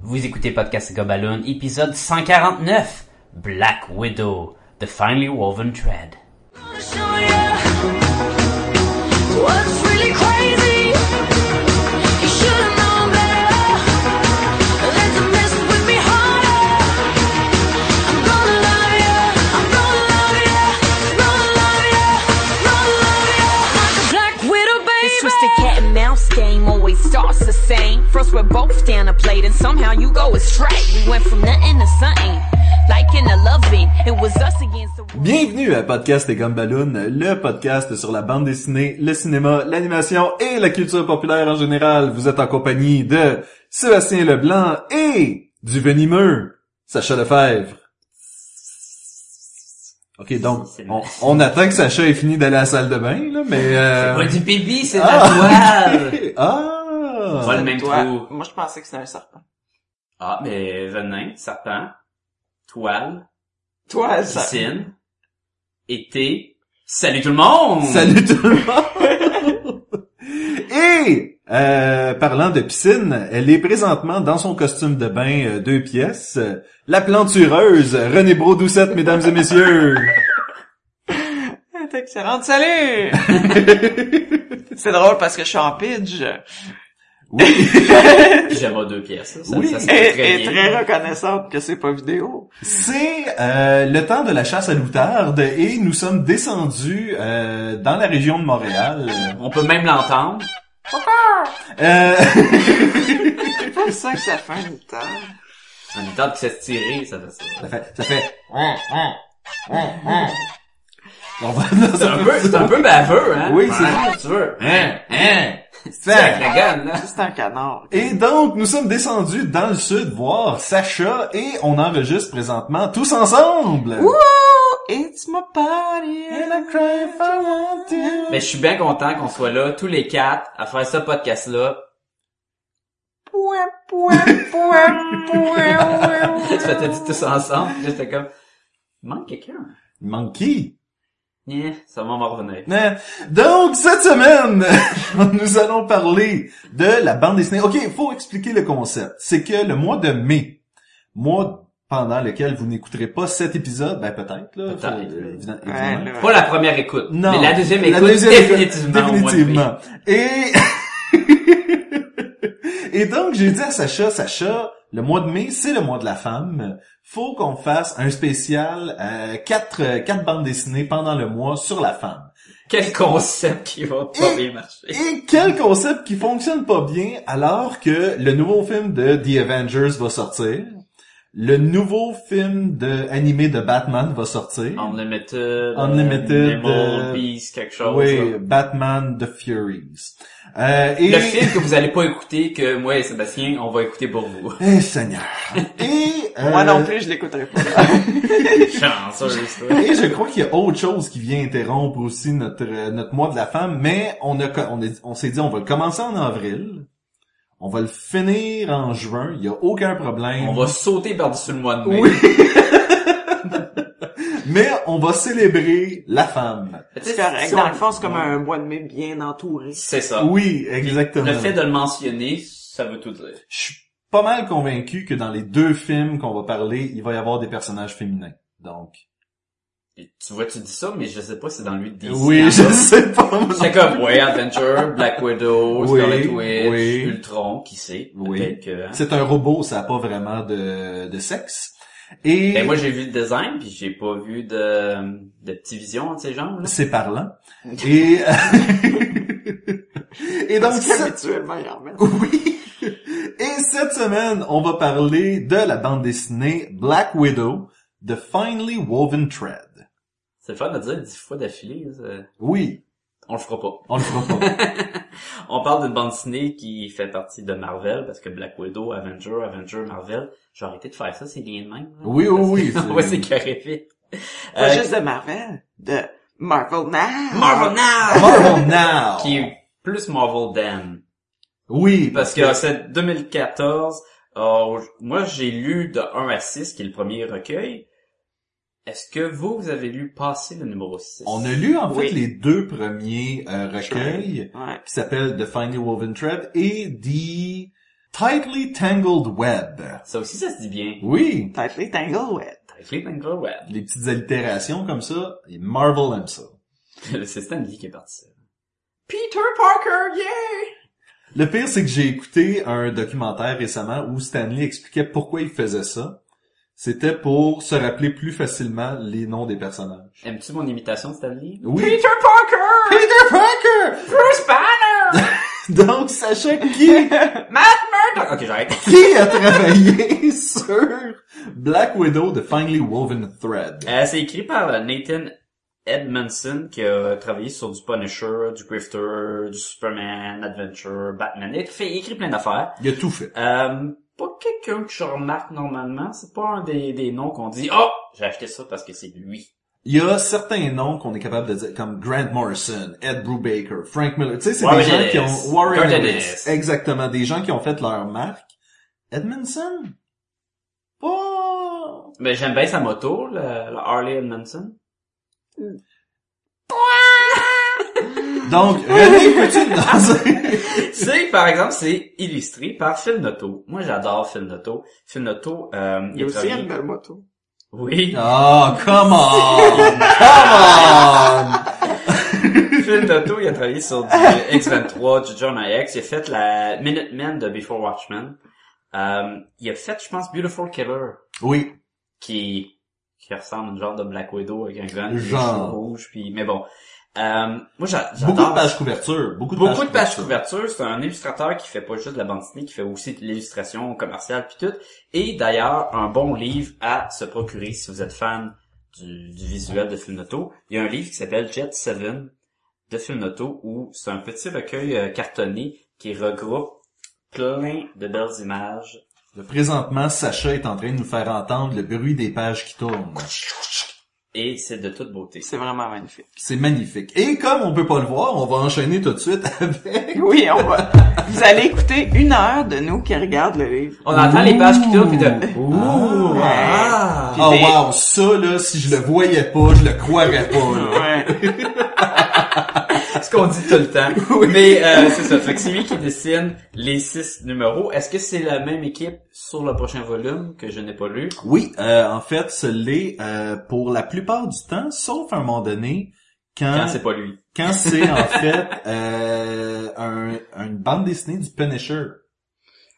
Vous écoutez Podcast Gobaloon, épisode 149, Black Widow, The Finely Woven Thread. show you what's really crazy. You should have known better. Than to mess with me harder. I'm gonna love you. I'm gonna love you. Gonna love you. Gonna love you like a black widow, baby. This twisted cat and mouse game always starts the same. First we're both down a plate and somehow you go astray. We went from nothing to something, like in the loving. It was us against the world. Bienvenue à Podcast et Gumballoon, le podcast sur la bande dessinée, le cinéma, l'animation et la culture populaire en général. Vous êtes en compagnie de Sébastien Leblanc et du venimeux Sacha Lefebvre. Ok, donc, on, on attend que Sacha ait fini d'aller à la salle de bain, là, mais... euh, du pipi, c'est ah! ah! Pas le même Toi, trou. Moi, je pensais que c'était un serpent. Ah, mais venin, serpent, toile, Toi, le serpent. piscine, été. Salut tout le monde! Salut tout le monde! Et euh, parlant de piscine, elle est présentement dans son costume de bain euh, deux pièces. euh, la plantureuse, René Brodoucette, mesdames et messieurs. T'es excellente. Salut! c'est drôle parce que je suis en pidge. Oui, Pyjama deux pièces, là, ça, Oui. ça se Et, fait très et bien. très reconnaissante que c'est pas vidéo. c'est euh, le temps de la chasse à l'outarde et nous sommes descendus euh, dans la région de Montréal. On peut même l'entendre. Euh, C'est pas ça que ça fait un temps. En étant qui s'est tiré, ça fait ça. ça fait... Ça fait... hein, On va dans C'est un peu, c'est un peu baveux, hein? Oui, c'est- Ouais, tu veux. Hein? Hein? Fait- Avec la gamme, là. C'est un canard. Et donc, nous sommes descendus dans le sud voir Sacha et on enregistre présentement tous ensemble. It's my party. And I cry if I want to. Mais je suis bien content qu'on soit là, tous les quatre, à faire ce podcast-là. Pouin, pouin, pouin, pouin, Tu faisais dit tous ensemble, puis j'étais comme, Il manque quelqu'un. Monkey. Yeah, ça va, on va revenir. Euh, Donc, cette semaine, nous allons parler de la bande dessinée. Ok, faut expliquer le concept. C'est que le mois de mai, mois pendant lequel vous n'écouterez pas cet épisode, ben peut-être, là. Peut-être. faut- euh, évident- Ouais, évidemment. là. Pas la première écoute, Non. mais la deuxième écoute, La deuxième écoute, définitivement. au mois de mai. définitivement. Et... Et donc, j'ai dit à Sacha, Sacha, le mois de mai, c'est le mois de la femme. Faut qu'on fasse un spécial, euh, quatre, euh, quatre bandes dessinées pendant le mois sur la femme. Quel concept qui va pas Et- bien marcher. Et quel concept qui fonctionne pas bien alors que le nouveau film de The Avengers va sortir. Le nouveau film de animé de Batman va sortir. Unlimited. Unlimited, Unlimited. euh, Beast, quelque chose. oui, là. Batman The Furies. Euh, et... Le film que vous allez pas écouter, que moi et Sébastien, on va écouter pour vous. Eh Seigneur. Et euh, Moi non plus, je l'écouterai pas. Euh, Chanceuse, toi. Et je crois qu'il y a autre chose qui vient interrompre aussi notre euh, notre mois de la femme, mais on a co- on, est- on s'est dit on va le commencer en avril, on va le finir en juin, il y a aucun problème. On va sauter par-dessus le mois de mai. Oui. Mais on va célébrer la femme. Tu sais, C'est si- correct. si Dans on- le fond, c'est comme un mois de mai bien entouré. C'est ça. Oui, exactement. Ah. Le fait de le mentionner, ça veut tout dire. Je suis pas mal convaincu que dans les deux films qu'on va parler, il va y avoir des personnages féminins. Donc Et tu vois, tu dis ça, mais je sais pas si c'est dans lui de DC. oui, je sais pas. moi non C'est comme, ouais, Adventure, Black Widow, Oui, Scarlet Witch, oui. Ultron, qui sait, Oui. peut-être que... hein. C'est un robot, ça a pas vraiment de, de sexe. Et Ben moi j'ai vu le design puis j'ai pas vu de de petite vision entre ces jambes. là. c'est parlant. Et et donc Parce cette... qu'habituellement, il en met. Euh, oui. Et cette semaine, on va parler de la bande dessinée Black Widow, The Finely Woven Thread. C'est le fun de dire dix fois d'affilée. ça. Oui, On le fera pas. on le fera pas. On parle d'une bande dessinée qui fait partie de Marvel parce que Black Widow, Avenger, Avenger, Marvel. J'ai arrêté de faire ça, c'est liens de même. là. Oui, oui, Parce que- oui, c'est- ouais, c'est carré vite. Pas Euh, juste de Marvel, de Marvel Now. Marvel Now! Marvel Now. Qui est plus Marvel than. Oui, Parce que c'est 2014. euh, moi, j'ai lu de 1 à 6, qui est le premier recueil. Est-ce que vous, vous avez lu passer le numéro 6? on a lu en fait Oui. les deux premiers euh, recueils Ouais. qui s'appellent The Finely Woven Thread et The Tightly Tangled Web. Ça aussi, ça se dit bien. Oui, Tightly Tangled Web. Tightly Tangled Web. les petites allitérations comme ça, et Marvel aime ça. Le- C'est Stan Lee qui est parti ça. Peter Parker, yeah! Le pire, c'est que j'ai écouté un documentaire récemment où Stanley expliquait pourquoi il faisait ça. C'était pour se rappeler plus facilement les noms des personnages. Aimes-tu mon imitation de Stan Lee? Oui. Peter Parker! Peter Parker! Bruce Banner! Donc, sachez qui, Matt Murdock! Ah, ok, j'arrête. qui a travaillé sur Black Widow de Finely Woven Thread. Euh, c'est écrit par euh, Nathan Edmondson qui a travaillé sur du Punisher, du Grifter, du Superman, Adventure, Batman. Il a fait- il a écrit plein d'affaires. Il a tout fait. Euh, pas quelqu'un que je remarque normalement. C'est pas un des, des noms qu'on dit « Oh! J'ai acheté ça parce que c'est lui. Il y a certains noms qu'on est capable de dire, comme Grant Morrison, Ed Brubaker, Frank Miller. Tu sais, c'est des Warren gens Ellis, qui ont... Warren Garth Ellis. Ennis. Exactement, des gens qui ont fait leur marque. Edmondson? Pas... » Mais j'aime bien sa moto, le, le Harley Edmondson. Donc, René, peux-tu me lancer? C'est, par exemple, c'est illustré par Phil Noto. Moi, j'adore Phil Noto. Phil Noto, euh, Il y a a aussi travaillé- une belle moto. Oui. Oh, come on! Come on! Phil Noto, il a travaillé sur du X-23, du John X. Il a fait la Minutemen de Before Watchmen. Euh, il a fait, je pense, Beautiful Killer, Oui, qui, qui ressemble à une genre de Black Widow avec un grand Genre. rouge. Puis, mais bon. Euh, moi, j'a- j'adore... beaucoup de pages couverture. Beaucoup de Beaucoup pages de pages couverture, c'est un illustrateur qui fait pas juste de la bande dessinée, qui fait aussi de l'illustration commerciale puis tout. Et d'ailleurs, un bon livre à se procurer si vous êtes fan du, du visuel de Film Noto. Il y a un livre qui s'appelle Jet 7 de Film Noto où c'est un petit recueil euh, cartonné qui regroupe plein de belles images. Présentement, Sacha est en train de nous faire entendre le bruit des pages qui tournent. Et c'est de toute beauté. C'est vraiment magnifique. C'est magnifique. Et comme on peut pas le voir, on va enchaîner tout de suite avec... Oui, on va. Vous allez écouter une heure de nous qui regardent le livre. On entend les pages qui tournent pis de... Ouh! Ah! Oh des- wow, ça là, si je le voyais pas, je le croirais pas là. Ouais. ce qu'on dit tout le temps. Mais euh, c'est ça. Fait que c'est lui qui dessine les six numéros. Est-ce que c'est la même équipe sur le prochain volume que je n'ai pas lu? Oui, euh, en fait, ce l'est euh, pour la plupart du temps, sauf à un moment donné, Hein? Quand c'est pas lui. quand c'est en fait euh, un, une bande dessinée du Punisher.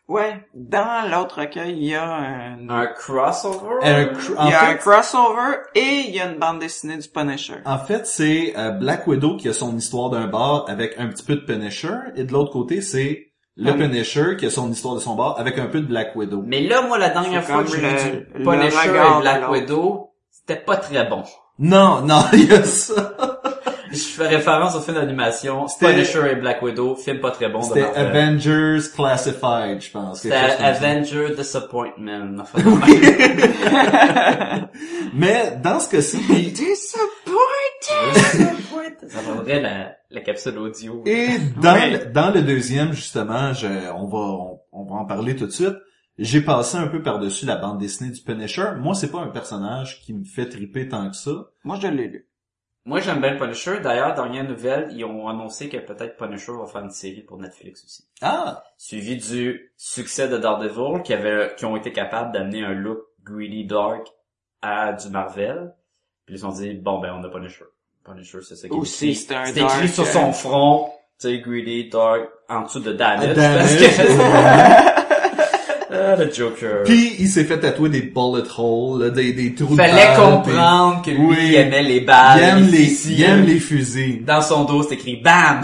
Ouais. Dans l'autre recueil, il y a un... Un crossover? Un Euh, cr- il en, y a un fait, crossover et il y a une bande dessinée du Punisher. en fait, c'est euh, Black Widow qui a son histoire d'un bar avec un petit peu de Punisher, et de l'autre côté, c'est le Ah. Punisher qui a son histoire de son bar avec un peu de Black Widow. Mais là, moi, la dernière C'est fois que comme j'ai le- lu du le Punisher regard et Black de l'autre. Widow, c'était pas très bon. Non, non, il y a ça. Je fais référence au film d'animation C'était- Punisher et Black Widow, film pas très bon. de C'était Marvel. Avengers Classified, je pense. quelque C'était chose comme ça. Avenger Disappointment. Enfin, oui. Mais dans ce cas-ci, puis- Ça prendrait la, la capsule audio. Et dans, Ouais. le, dans le deuxième, justement, je, on, va, on, on va en parler tout de suite. J'ai passé un peu par-dessus la bande dessinée du Punisher. Moi, c'est pas un personnage qui me fait triper tant que ça. Moi, je l'ai lu. Moi, j'aime bien Punisher. D'ailleurs, dernière nouvelle, ils ont annoncé que peut-être Punisher va faire une série pour Netflix aussi. Ah! Suivi du succès de Daredevil, qui avait, qui ont été capables d'amener un look greedy dark à du Marvel. Puis ils ont dit, bon, ben, on a Punisher. Punisher, c'est ça qui est Aussi, écrit. c'est un C'est écrit dark, sur euh, son front, tu sais, greedy, dark, en dessous de Damage. Parce Ah, Damage. que... ah, le Joker. Puis il s'est fait tatouer des bullet holes, là, des, des trous Fallait de balle, comprendre que lui, Oui. il aimait les puis balles. Il aime les, fusils. il aime les fusils. Dans son dos, c'est écrit BAM!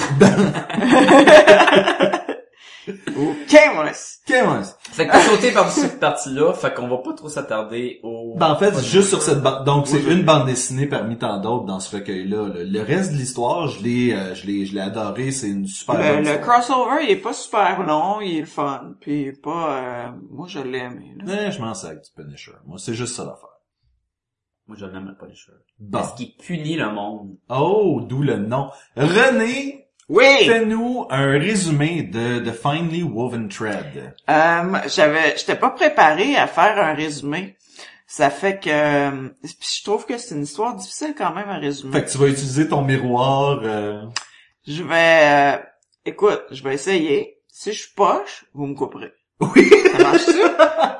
OK, mon laisse. Qu'est-ce que- Fait que t'as sauté par cette partie-là, fait qu'on va pas trop s'attarder au... Ben, en fait, juste sur cette bande, donc c'est Oui. une bande dessinée parmi tant d'autres dans ce recueil-là. là. Le reste de l'histoire, je l'ai, euh, je l'ai, je l'ai adoré. C'est une super. Le, bonne le histoire. crossover, il est pas super long, il est le fun. Puis il est pas... euh, moi, je l'ai aimé. là. Eh, je m'en sers du Punisher. Moi, c'est juste ça l'affaire. Moi, je l'aime le Punisher. Bon. Parce qu'il punit le monde. Oh, d'où le nom. René, Oui! fais-nous un résumé de, de Finely Woven Thread. Euh, j'avais, j'étais pas préparé à faire un résumé. Ça fait que, euh, puis je trouve que c'est une histoire difficile quand même à résumer. Fait que tu vas utiliser ton miroir. euh, Je vais, euh, écoute, je vais essayer. Si je suis poche, vous me couperez. Oui. Ça marche ça?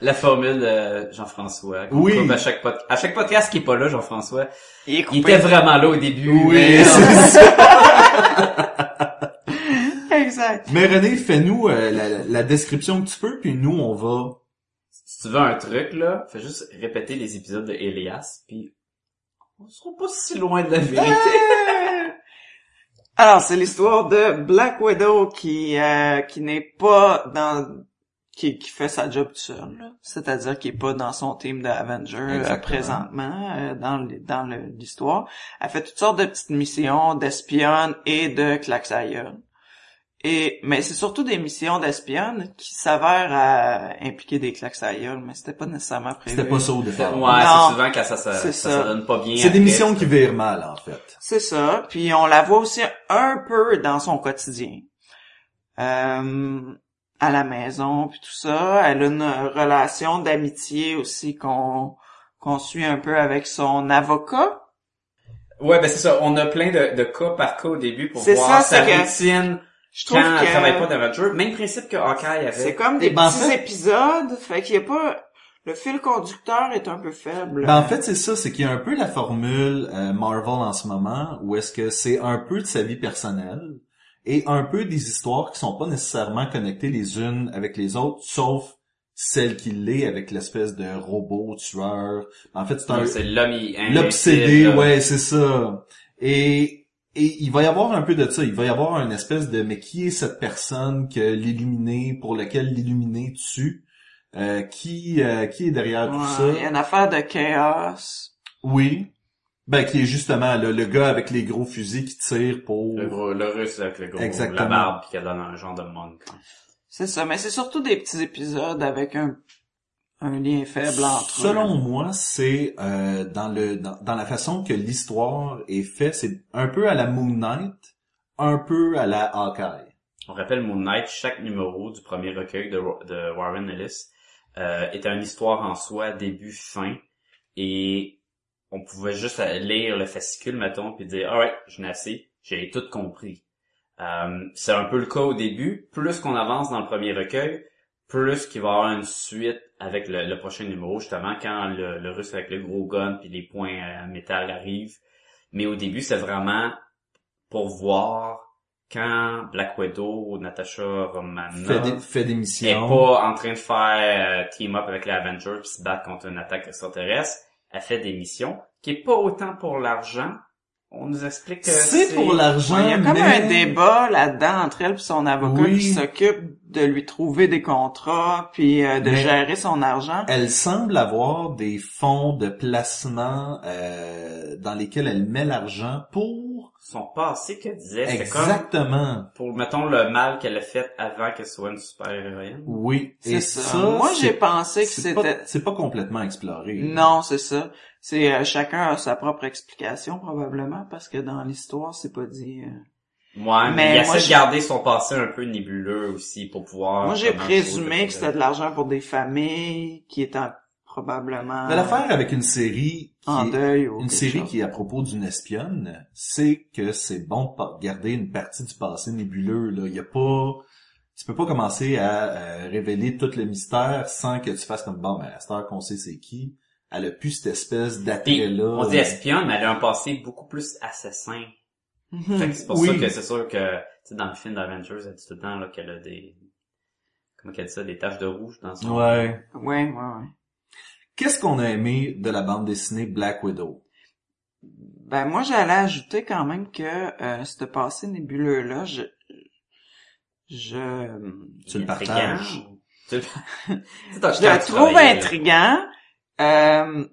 La formule de Jean-François. qu'on Oui. trouve À chaque, pod- à chaque podcast qui est pas là, Jean-François. Il est Il coupé. était vraiment là au début. Oui, mais- c'est ça. Exact. Mais René, fais-nous euh, la, la- la description que tu peux, puis nous, on va... si tu veux un truc, là, fais juste répéter les épisodes de Elias, puis on sera pas si loin de la vérité. Alors, c'est l'histoire de Black Widow qui euh, qui n'est pas dans qui, qui fait sa job tout seul, là. c'est-à-dire qui est pas dans son team de Avenger euh, Exactement. présentement euh, dans le- dans le- l'histoire. Elle fait toutes sortes de petites missions d'espionne et de klaxaïeul. Et mais c'est surtout des missions d'espionne qui s'avèrent à impliquer des klaxaïeuls, mais c'était pas nécessairement prévu. C'était pas ça au Ouais, départ. Non. c'est souvent quand ça, ça, ça, C'est se ça. donne pas bien. C'est des après. missions qui virent mal, en fait. C'est ça. Puis on la voit aussi un peu dans son quotidien. Euh, à la maison, puis tout ça. Elle a une relation d'amitié aussi qu'on qu'on suit un peu avec son avocat. Ouais, ben c'est ça. On a plein de, de cas par cas au début pour C'est ça, voir c'est sa que- routine Je trouve quand elle travaille pas que d'Avenger. Même principe que Hawkeye c'est avait. comme des Ben, en petits fait- épisodes. Fait qu'il y a pas... Le fil conducteur est un peu faible. Ben, en fait, c'est ça, c'est qu'il y a un peu la formule euh, Marvel en ce moment, où est-ce que c'est un peu de sa vie personnelle et un peu des histoires qui sont pas nécessairement connectées les unes avec les autres, sauf celle qui l'est avec l'espèce de robot tueur. En fait, c'est un, Non, C'est l'homme il- invincible, L'obsédé, là. ouais, c'est ça. Et, et il va y avoir un peu de ça. Il va y avoir une espèce de mais qui est cette personne que l'illuminé, pour laquelle l'illuminé tue? Euh, qui, euh, qui est derrière Ouais, tout Il y a ça? une affaire de chaos. Oui. Ben, qui est justement là, le gars avec les gros fusils qui tire pour... Le gros, le russe avec le gros, Exactement. la barbe pis qu'elle donne un genre de monk. C'est ça. Mais c'est surtout des petits épisodes avec un, un lien faible entre eux. Selon moi, c'est euh, dans le dans, dans la façon que l'histoire est faite, c'est un peu à la Moon Knight, un peu à la Hawkeye. On rappelle Moon Knight, chaque numéro du premier recueil de, Ro- de Warren Ellis euh, était une histoire en soi, début, fin, et on pouvait juste euh, lire le fascicule, mettons, puis dire ah « Alright, j'en ai assez, j'ai tout compris Euh, C'est un peu le cas au début. Plus qu'on avance dans le premier recueil, plus qu'il va y avoir une suite avec le, le prochain numéro, justement, quand le, le russe avec le gros gun puis les points à métal arrivent. Mais au début, c'est vraiment pour voir quand Black Widow, Natasha Romanoff Fait des, fait des est missions. pas en train de faire euh, team up avec les Avengers puis se battre contre une attaque extraterrestre. Elle fait des missions qui est pas autant pour l'argent. On nous explique que C'est pour l'argent, Il y a comme mais- un débat là-dedans entre elle et son avocat Oui. qui s'occupe de lui trouver des contrats puis euh, de Mais- gérer son argent. Elle semble avoir des fonds de placement euh, dans lesquels elle met l'argent pour son passé que disait. C'est comme exactement. pour mettons le mal qu'elle a fait avant qu'elle soit une super héroïne. Oui, et C'est ça. Moi, c'est- j'ai pensé que c'est pas- c'était... c'est pas complètement exploré. Non, c'est ça. C'est euh, chacun a sa propre explication probablement parce que dans l'histoire, c'est pas dit. euh. Ouais, mais, Mais moi, il essaie de je- garder son passé un peu nébuleux aussi pour pouvoir. Moi, j'ai comment présumé trouver- que c'était de l'argent pour des familles qui étaient probablement Mais l'affaire avec une série qui en est- deuil ou une quelque série chose. qui est à propos d'une espionne, c'est que c'est bon de pa- garder une partie du passé nébuleux. Là. Il y a pas... Tu peux pas commencer à euh, révéler tout le mystère sans que tu fasses comme, bon, mais à cette heure qu'on sait c'est qui, elle a plus cette espèce Puis, d'attrait-là. on dit espionne, mais elle a un passé beaucoup plus assassin. Mhm. Fait que c'est pour Oui. ça que c'est sûr que, tu sais, dans le film d'Avengers, elle dit tout le temps, là, qu'elle a des, comment qu'elle dit ça, des taches de rouge dans son... Ouais. Ouais, ouais, ouais. Qu'est-ce qu'on a aimé de la bande dessinée Black Widow? Ben moi j'allais ajouter quand même que euh, ce passé nébuleux là, je je Tu le Intriguant. partages. Tu le- Tu sais, quand je tu le trouve travaillais, là. intriguant, euh,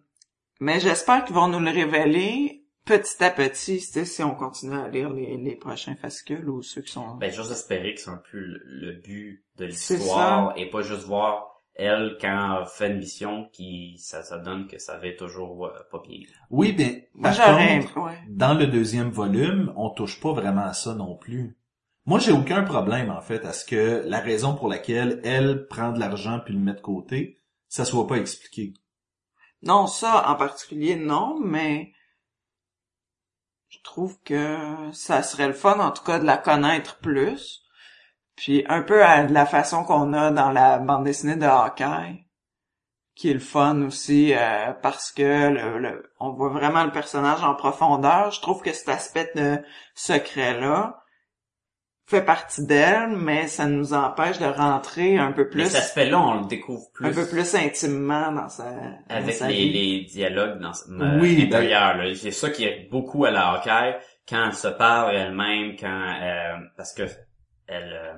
mais j'espère qu'ils vont nous le révéler petit à petit, tu sais, si on continue à lire les, les prochains fascicules ou ceux qui sont. Ben, j'ose espérer que c'est un peu le, le but de C'est l'histoire et pas juste voir elle quand elle fait une mission qui, ça, ça donne que ça va être toujours euh, pas bien. Oui, mais moi par j'aurais contre, ouais. dans le deuxième volume, on touche pas vraiment à ça non plus. Moi, j'ai aucun problème, en fait, à ce que la raison pour laquelle elle prend de l'argent puis le met de côté, ça soit pas expliqué. Non, ça en particulier non, mais je trouve que ça serait le fun en tout cas de la connaître plus. Puis un peu à la façon qu'on a dans la bande dessinée de Hawkeye, qui est le fun aussi euh, parce que le, le- on voit vraiment le personnage en profondeur. Je trouve que cet aspect de secret-là fait partie d'elle, mais ça nous empêche de rentrer un peu Mais plus, cet aspect-là, on le découvre plus. un peu plus intimement dans sa, dans avec sa les, vie. ben les dialogues dans Oui, oui, intérieurs. là. C'est ça qui est beaucoup à la Hawkeye quand elle se parle elle-même, quand euh, parce que elle euh,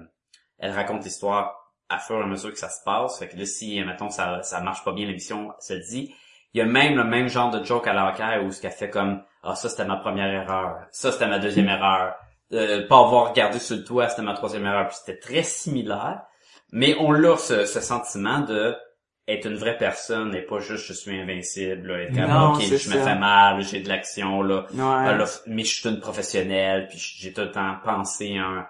elle raconte l'histoire à fur et à mesure que ça se passe. Fait que là, si mettons ça ça marche pas bien l'émission, elle se dit. Il y a même le même genre de joke à la Hawkeye où ce qu'elle fait comme ah ça c'était ma première erreur, ça c'était ma deuxième erreur, Euh, pas avoir regardé sur le toit c'était ma troisième erreur. Puis c'était très similaire, mais on l'a ce, ce sentiment de être une vraie personne et pas juste je suis invincible, là, être comme Non, ok c'est je me ça. fais mal, j'ai de l'action là, Ouais. Ah, là, mais je suis une professionnelle puis j'ai tout le temps pensé à, un-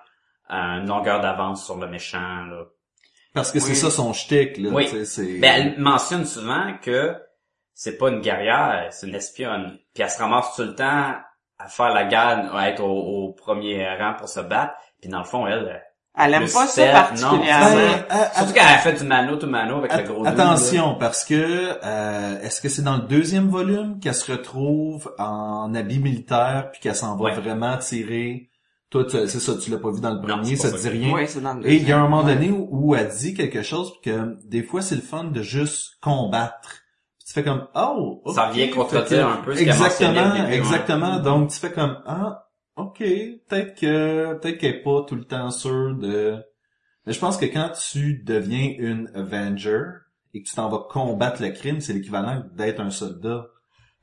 à une longueur d'avance sur le méchant là. Parce que c'est Oui. ça son shtick, là. Oui. tu sais, c'est- Ben, elle mentionne souvent que c'est pas une guerrière, c'est une espionne. Puis elle se ramasse tout le temps à faire la guerre, à être au, au premier rang pour se battre. Puis dans le fond, elle... Elle aime le pas sel, ça non, particulièrement. c'est- Ben, à- à- Surtout qu'elle a fait du mano to mano avec le Att- gros Attention, parce que euh, est-ce que c'est dans le deuxième volume qu'elle se retrouve en habit militaire puis qu'elle s'en va Ouais. vraiment tirer Toi, tu- c'est ça, tu l'as pas vu dans le Non, premier, c'est ça pas te dit ça. rien. Oui, c'est dans le Et il y a un deuxième. moment Ouais. donné où, où elle dit quelque chose puis que des fois c'est le fun de juste combattre. Puis tu fais comme oh, ok. Ça vient Fait que- contredire un peu ce qu'elle mentionnait Exactement, au début, ouais. exactement. Donc tu fais comme ah, ok, peut-être que peut-être qu'elle est pas tout le temps sûre de. Mais je pense que quand tu deviens une Avenger et que tu t'en vas combattre le crime, c'est l'équivalent d'être un soldat.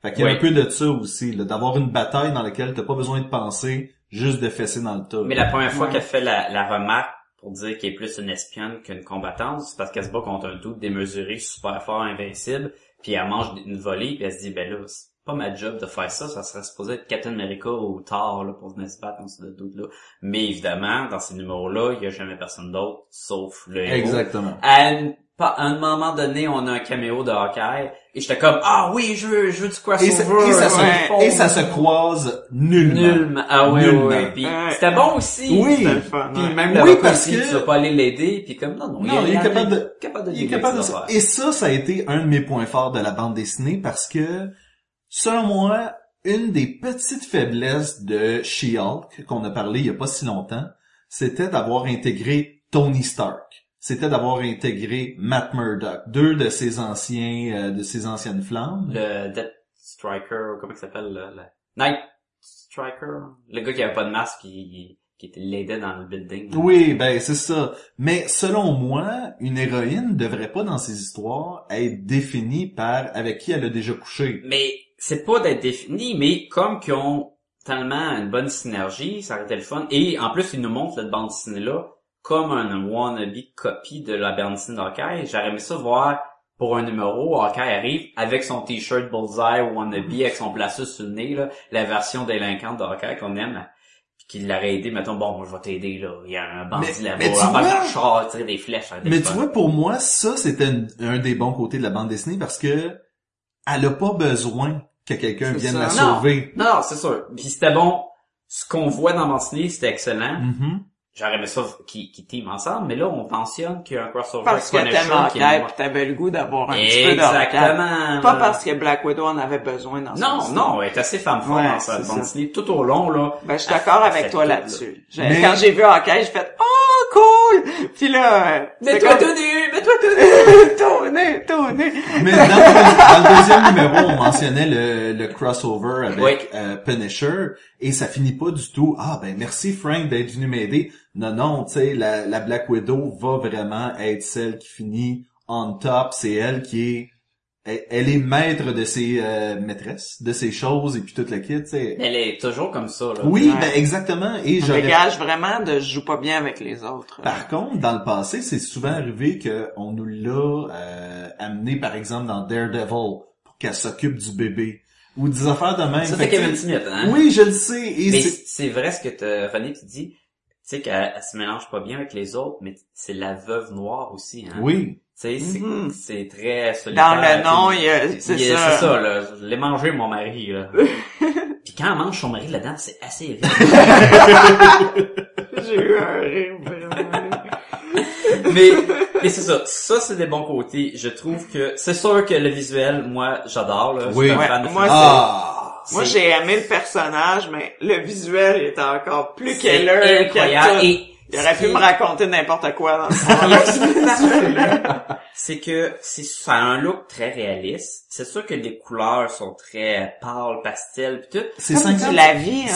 Fait qu'il y a Oui. un peu de ça aussi, là, d'avoir une bataille dans laquelle t'as pas besoin de penser, juste de fesser dans le tas. Mais la première fois Ouais. qu'elle fait la, la remarque pour dire qu'elle est plus une espionne qu'une combattante, c'est parce qu'elle se bat contre un doute démesuré, super fort, invincible, puis elle mange une volée, puis elle se dit, ben là, c'est pas ma job de faire ça, ça serait supposé être Captain America ou Thor, là, pour venir se battre contre ce doute-là. Mais évidemment, dans ces numéros-là, il y a jamais personne d'autre, sauf le héros. Exactement. À, une- pa- à un moment donné, on a un caméo de Hawkeye, et j'étais comme, ah oui, je veux, je veux du crossover. Et ça, et ça se, ouais. et ça se croise nullement. Nullement. Ah oui, Nullement. oui, puis Ouais. c'était bon aussi. Oui. C'était le fun, Puis ouais. même le Oui, repas parce aussi, que- tu vas pas aller l'aider, puis comme, non, non, Non, il est capable de- capable de Il est régler capable de ses ça. affaires. Et ça, ça a été un de mes points forts de la bande dessinée parce que, selon moi, une des petites faiblesses de She-Hulk qu'on a parlé il y a pas si longtemps, c'était d'avoir intégré Tony Stark. C'était d'avoir intégré Matt Murdock, deux de ses anciens, euh, de ses anciennes flammes. Le Death Striker, ou comment il s'appelle, le, le- Night Striker? Le gars qui avait pas de masque, qui, qui était- l'aidait dans le building. Oui, ben c'est ça. Mais selon moi, une héroïne devrait pas dans ses histoires être définie par avec qui elle a déjà couché. Mais c'est pas d'être défini, mais comme qu'ils ont tellement une bonne synergie, ça aurait été le fun. Et en plus, ils nous montrent cette bande dessinée-là comme un wannabe copie de la bande dessinée d'Hawkeye. J'aurais aimé ça voir pour un numéro, Hawkeye arrive avec son t-shirt Bullseye wannabe, avec son placeux sur le nez, là, la version délinquante d'Hawkeye qu'on aime, puis qu'il l'aurait aidé, mettons, bon, moi, je vais t'aider, là, il y a un bandit Mais- là-bas, mais tu on va vois- faire un char, tirer des flèches. ça aurait été Mais le tu fun. vois, pour moi, ça, c'était une- un des bons côtés de la bande dessinée parce que elle a pas besoin que quelqu'un C'est vienne ça. la Non. sauver. Non, non, c'est sûr. Puis c'était bon. Ce qu'on voit dans Martini, c'était excellent. Mhm. J'aurais aimé ça qu'ils qui team ensemble, mais là, on mentionne qu'il y a un crossover Parce que avec t'aimes Punisher qui est Hawkeye mort. pis t'avais le goût d'avoir un petit peu d'Hawkeye. Exactement. Pas parce que Black Widow en avait besoin dans son Non, histoire. non, elle est assez femme forte Ouais, dans sa c'est bande ça. dessinée tout au long, là. Ben, je suis d'accord Elle- elle avec fait toi tout, là. là-dessus. J'ai- Mais- Quand j'ai vu Hawkeye, j'ai fait « Oh, cool! » Puis là... euh, c'est Mets-toi comme- tout nu! Mets-toi tout nu! Tourner, tourner. Mais dans le, dans le deuxième numéro, on mentionnait le, le crossover avec Oui. euh, Punisher et ça finit pas du tout. Ah ben merci Frank d'être venu m'aider. Non non, tu sais la, la Black Widow va vraiment être celle qui finit on top. C'est elle qui est elle, elle est maître de ses euh, maîtresses, de ses choses et puis toute la kit. tu sais. Elle est toujours comme ça, là. Oui, Ouais. ben exactement. Et Je j'aurais dégage vraiment de « je joue pas bien avec les autres Par contre, dans le passé, c'est souvent arrivé qu'on nous l'a euh, amené, par exemple, dans Daredevil, pour qu'elle s'occupe du bébé. Ou des affaires de même. Ça, Fait c'est que- Kevin Smith, hein? Oui, je le sais. Et Mais c'est- c'est c'est vrai ce que t'as- René, tu dis. Tu sais qu'elle elle se mélange pas bien avec les autres, mais c'est la veuve noire aussi, hein? Oui. Tu sais, c'est Mhm. c'est très solitaire. Dans le nom, puis- il y a... Puis, C'est euh, ça. C'est ça, là. Je l'ai mangé, mon mari, là. Puis quand elle mange son mari là-dedans, c'est assez évident. J'ai eu un rire. vraiment. mais mais c'est ça. Ça c'est des bons côtés. Je trouve que c'est sûr que le visuel, moi, j'adore. là. Je suis Oui. un Ouais, fan de moi, film. Ah! Moi, C'est- j'ai aimé le personnage, mais le visuel était encore plus c'est qu'elle incroyable. Et Il aurait ce pu qui- me raconter n'importe quoi dans le fond. c'est que c'est ça a un look très réaliste. C'est sûr que les couleurs sont très pâles, pastel, pis tout. C'est Comme dit 50. la vie, hein, Ah!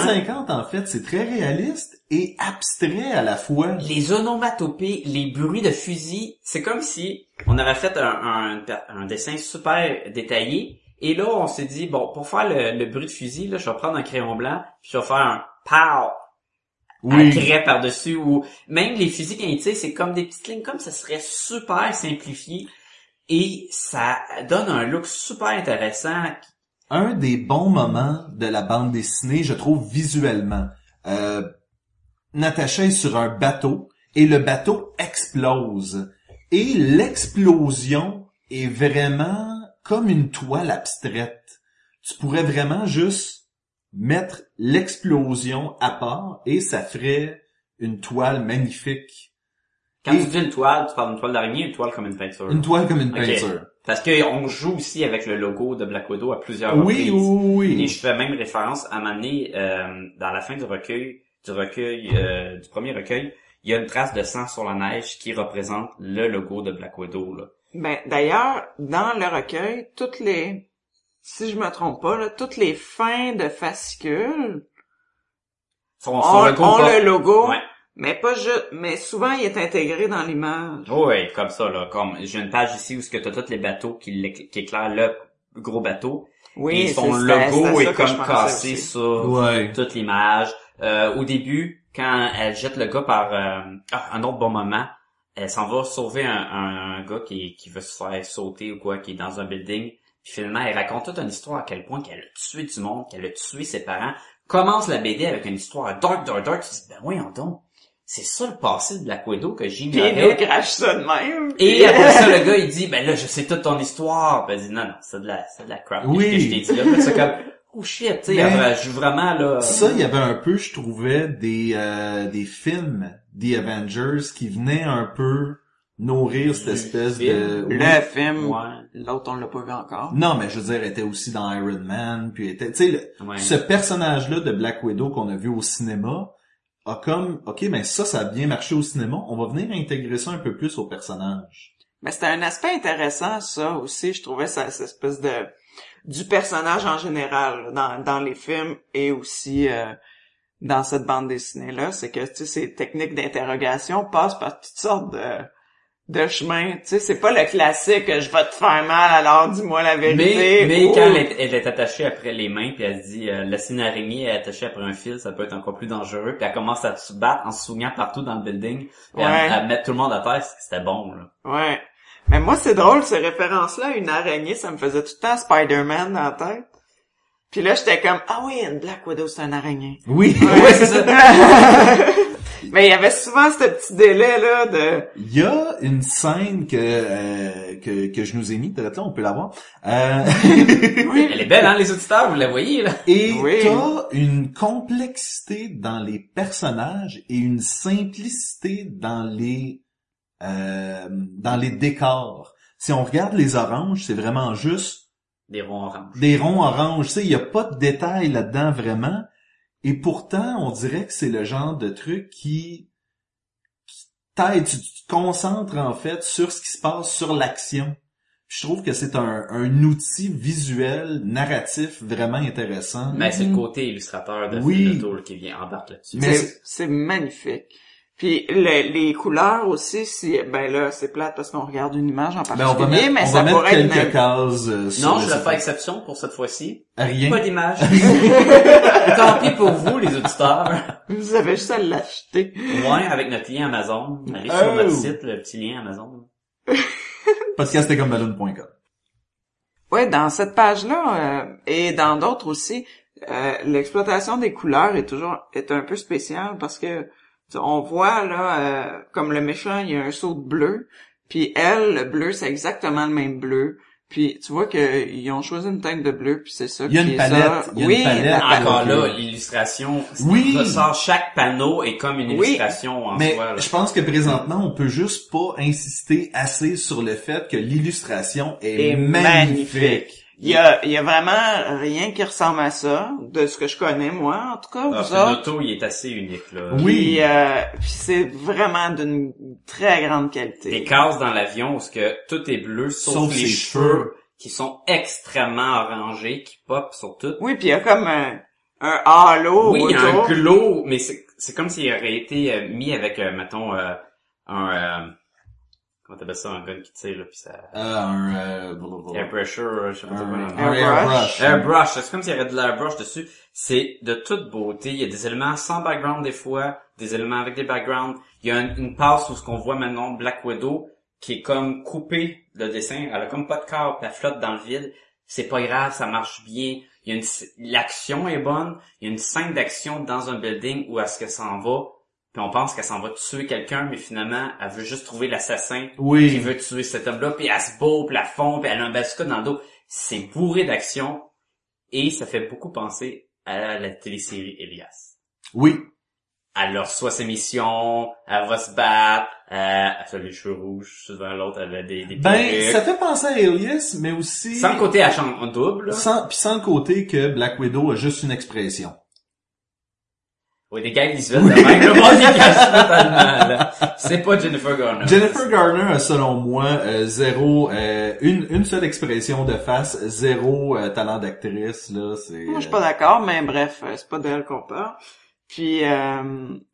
C'est ouais. 50-50 en fait, c'est très réaliste et abstrait à la fois. Les onomatopées, les bruits de fusil, c'est comme si on avait fait un, un- un dessin super détaillé. Et là, on s'est dit, bon, pour faire le, le bruit de fusil, là, je vais prendre un crayon blanc, puis je vais faire un pow, un Oui. trait par-dessus, ou même les fusils quand ils tirent, c'est comme des petites lignes, comme ça serait super simplifié. Et ça donne un look super intéressant. Un des bons moments de la bande dessinée, je trouve visuellement. Euh, Natacha est sur un bateau et le bateau explose. Et l'explosion est vraiment comme une toile abstraite. Tu pourrais vraiment juste mettre l'explosion à part et ça ferait une toile magnifique. Quand tu dis une toile, tu parles d'une toile d'araignée, une toile comme une peinture. Une toile comme une Ok. peinture. Parce que on joue aussi avec le logo de Black Widow à plusieurs Oui, oui, reprises. oui. Et je fais même référence à m'amener euh, dans la fin du recueil, du recueil, euh, du premier recueil, il y a une trace de sang sur la neige qui représente le logo de Black Widow. Là. Ben, d'ailleurs, dans le recueil, toutes les, si je me trompe pas, là, toutes les fins de fascicules Son, ont, son Ah, logo, ont pas- le logo, Ouais. mais pas juste, mais souvent il est intégré dans l'image. Oh, Ouais, comme ça là, comme j'ai une page ici où ce que t'as tous les bateaux qui, l'éc- qui éclairent le gros bateau Oui, et c'est son c'était- logo c'était ça est que je comme pensais cassé aussi. sur Ouais. toute l'image. Euh, au début, quand elle jette le gars par euh, ah, un autre bon moment, elle s'en va sauver un, un- un gars qui, qui veut se faire sauter ou quoi, qui est dans un building. Puis finalement, elle raconte toute une histoire à quel point qu'elle a tué du monde, qu'elle a tué ses parents. Commence la BD avec une histoire dark, dark, dark. Tu te dis, ben voyons donc, c'est ça le passé de Black Widow que Puis il nous j'ignorais. crache ça de même. Et après ça, le gars, il dit, ben là, je sais toute ton histoire. Ben, il dit, non, non, c'est de la, c'est de la crap. Oui. Que je t'ai dit là. Puis c'est comme, oh shit, tu sais, Mais- elle joue vraiment, là. Ça, il y avait un peu, je trouvais, des, euh, des films, des Avengers, qui venaient un peu nourrir cette Le espèce film. de... oui. Le film, Ouais. l'autre on l'a pas vu encore. Non, mais je veux dire, elle était aussi dans Iron Man, puis elle était... Tu sais, le- Ouais. ce personnage-là de Black Widow qu'on a vu au cinéma a comme... OK, ben ça, ça a bien marché au cinéma, on va venir intégrer ça un peu plus au personnage. Mais c'était un aspect intéressant, ça aussi, je trouvais ça, cette espèce de du personnage en général là, dans, dans les films et aussi euh, dans cette bande dessinée là, c'est que tu sais, ces techniques d'interrogation passent par toutes sortes de de chemins. Tu sais, c'est pas le classique je vais te faire mal alors dis-moi la vérité. Mais, mais Oh. ou- quand elle est, elle est attachée après les mains, puis elle se dit, euh, laisser une araignée est attachée après un fil, ça peut être encore plus dangereux. Puis elle commence à se battre en se soignant partout dans le building, puis à- Ouais. à, mettre tout le monde à terre, c'est- c'était bon. Là. Ouais. Mais moi, c'est drôle, ces références-là, une araignée, ça me faisait tout le temps Spider-Man dans la tête. Puis là, j'étais comme, ah oui, une Black Widow, c'est un araignée. Oui! Ouais, c'est ça. Mais il y avait souvent ce petit délai, là, de... Il y a une scène que, euh, que, que je nous ai mis, peut-être là, on peut la voir. Euh, Elle est belle, hein, les auditeurs, vous la voyez, là. et Oui. t'as une complexité dans les personnages et une simplicité dans les euh, dans les décors. Si on regarde les oranges, c'est vraiment juste Des ronds oranges. des ronds oranges. Tu sais, il n'y a pas de détails là-dedans vraiment. Et pourtant, on dirait que c'est le genre de truc qui, qui t'aide. Tu, tu te concentres en fait sur ce qui se passe, sur l'action. Puis Je trouve que c'est un, un outil visuel, narratif vraiment intéressant. Mais Ben, c'est le côté illustrateur de Mm. Oui. Film de Tour qui vient embarque là-dessus. Mais C'est- C'est magnifique. Puis le- les couleurs aussi, si... Ben là, c'est plate parce qu'on regarde une image Ah, en Ben, on va particulier, mettre, mais on ça va mettre pourrait être... quelques même- cases euh, sur Non, le je vais site. faire exception pour cette fois-ci. Rien. Pas d'image. Tant pis pour vous, les auditeurs. Vous avez juste à l'acheter. Moins avec notre lien Amazon. Allez sur Oh. notre site, le petit lien Amazon. Podcastecomballoon.com. Ouais, dans cette page-là euh, et dans d'autres aussi, euh, l'exploitation des couleurs est toujours est un peu spéciale parce que tu- on voit là euh, comme le méchant, il y a un saut de bleu, puis elle, le bleu, c'est exactement le même bleu. Puis tu vois que ils ont choisi une teinte de bleu, puis c'est ça. Il y a qui une est ça. palette, il y a oui, une palette. la Ah, Encore oui. là, l'illustration Oui. ressort chaque panneau est comme une Oui. illustration en Mais soi. là. je pense que présentement, on peut juste pas insister assez sur le fait que l'illustration est, est magnifique. magnifique. Il y a, il y a vraiment rien qui ressemble à ça, de ce que je connais moi, en tout cas. Ah, vous c'est une autres. auto, il est assez unique là. Oui. Puis, euh, puis c'est vraiment d'une très grande Des qualité. cases dans l'avion où ce que tout est bleu sauf, Sauf les ses cheveux, cheveux. qui sont extrêmement orangés, qui popent sur tout. Oui, puis il y a comme un, un halo oui, il y a autour. un glow, mais c'est c'est comme s'il aurait été euh, mis avec euh, mettons euh, un euh, comment t'appelles ça un gun qui tire là puis ça Euh, un, euh, blablabla. air pressure, euh, je sais pas trop comment un, on dit. un airbrush. hein? Airbrush, c'est comme s'il y avait de l'airbrush dessus. C'est de toute beauté. Il y a des éléments sans background des fois, des éléments avec des backgrounds. Il y a une, une passe où ce qu'on voit maintenant Black Widow qui est comme coupée le dessin. Elle a comme pas de corps, puis elle flotte dans le vide. C'est pas grave, ça marche bien. Il y a une sc- l'action est bonne. Il y a une scène d'action dans un building où est-ce qu'elle s'en va. Puis on pense qu'elle s'en va tuer quelqu'un, mais finalement, elle veut juste trouver l'assassin qui Oui. veut tuer cet homme-là, puis elle se bourre, puis elle fond, puis elle a un bazooka dans le dos. C'est bourré d'action, et ça fait beaucoup penser à la télésérie Elias. Oui. Elle leur reçoit ses missions, elle va se battre, euh, elle a les cheveux rouges, souvent l'autre, elle a des, des Ben, perruques. ça fait penser à Alias, mais aussi... Sans le côté à chambre en double, là. Sans, pis sans le côté que Black Widow a juste une expression. Ouais, des gars visuels, de même, le monde y cache totalement, là. C'est pas Jennifer Garner. Jennifer Garner a selon moi euh, zéro euh, une une seule expression de face, zéro euh, talent d'actrice là, c'est Moi, je suis euh, pas d'accord, mais bref, euh, c'est pas d'elle qu'on parle. Puis, euh,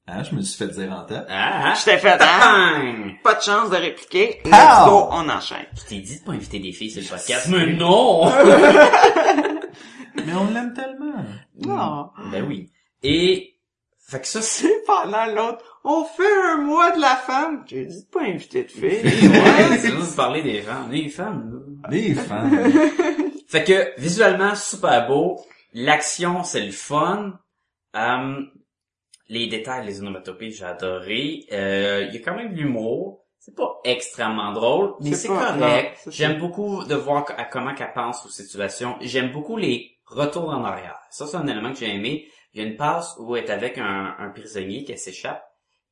hein, je me suis fait dire en tête. Ah, ah. je t'ai fait, hein? Bang! Pas de chance de répliquer. Let's Pow! go, on enchaîne. Je t'ai dit de pas inviter des filles sur le podcast. Mais non! Mais on l'aime tellement. Non. ben oui. Et, fait que ça, Puis c'est Mm. pendant l'autre, on fait un mois de la femme. J'ai dit de pas inviter de filles. Ouais, c'est juste parler des femmes. Les femmes, Les fans. là. Fait que, visuellement, super beau. L'action, c'est le fun. Euh, les détails, les onomatopées, j'ai adoré. Euh, Il y a quand même de l'humour. C'est pas extrêmement drôle, mais C'est c'est pas- non, correct. c'est ça. J'aime beaucoup de voir co- à comment qu'elle pense aux situations. J'aime beaucoup les retours en arrière. Ça, c'est un élément que j'ai aimé. Il y a une passe où elle est avec un, un prisonnier qui s'échappe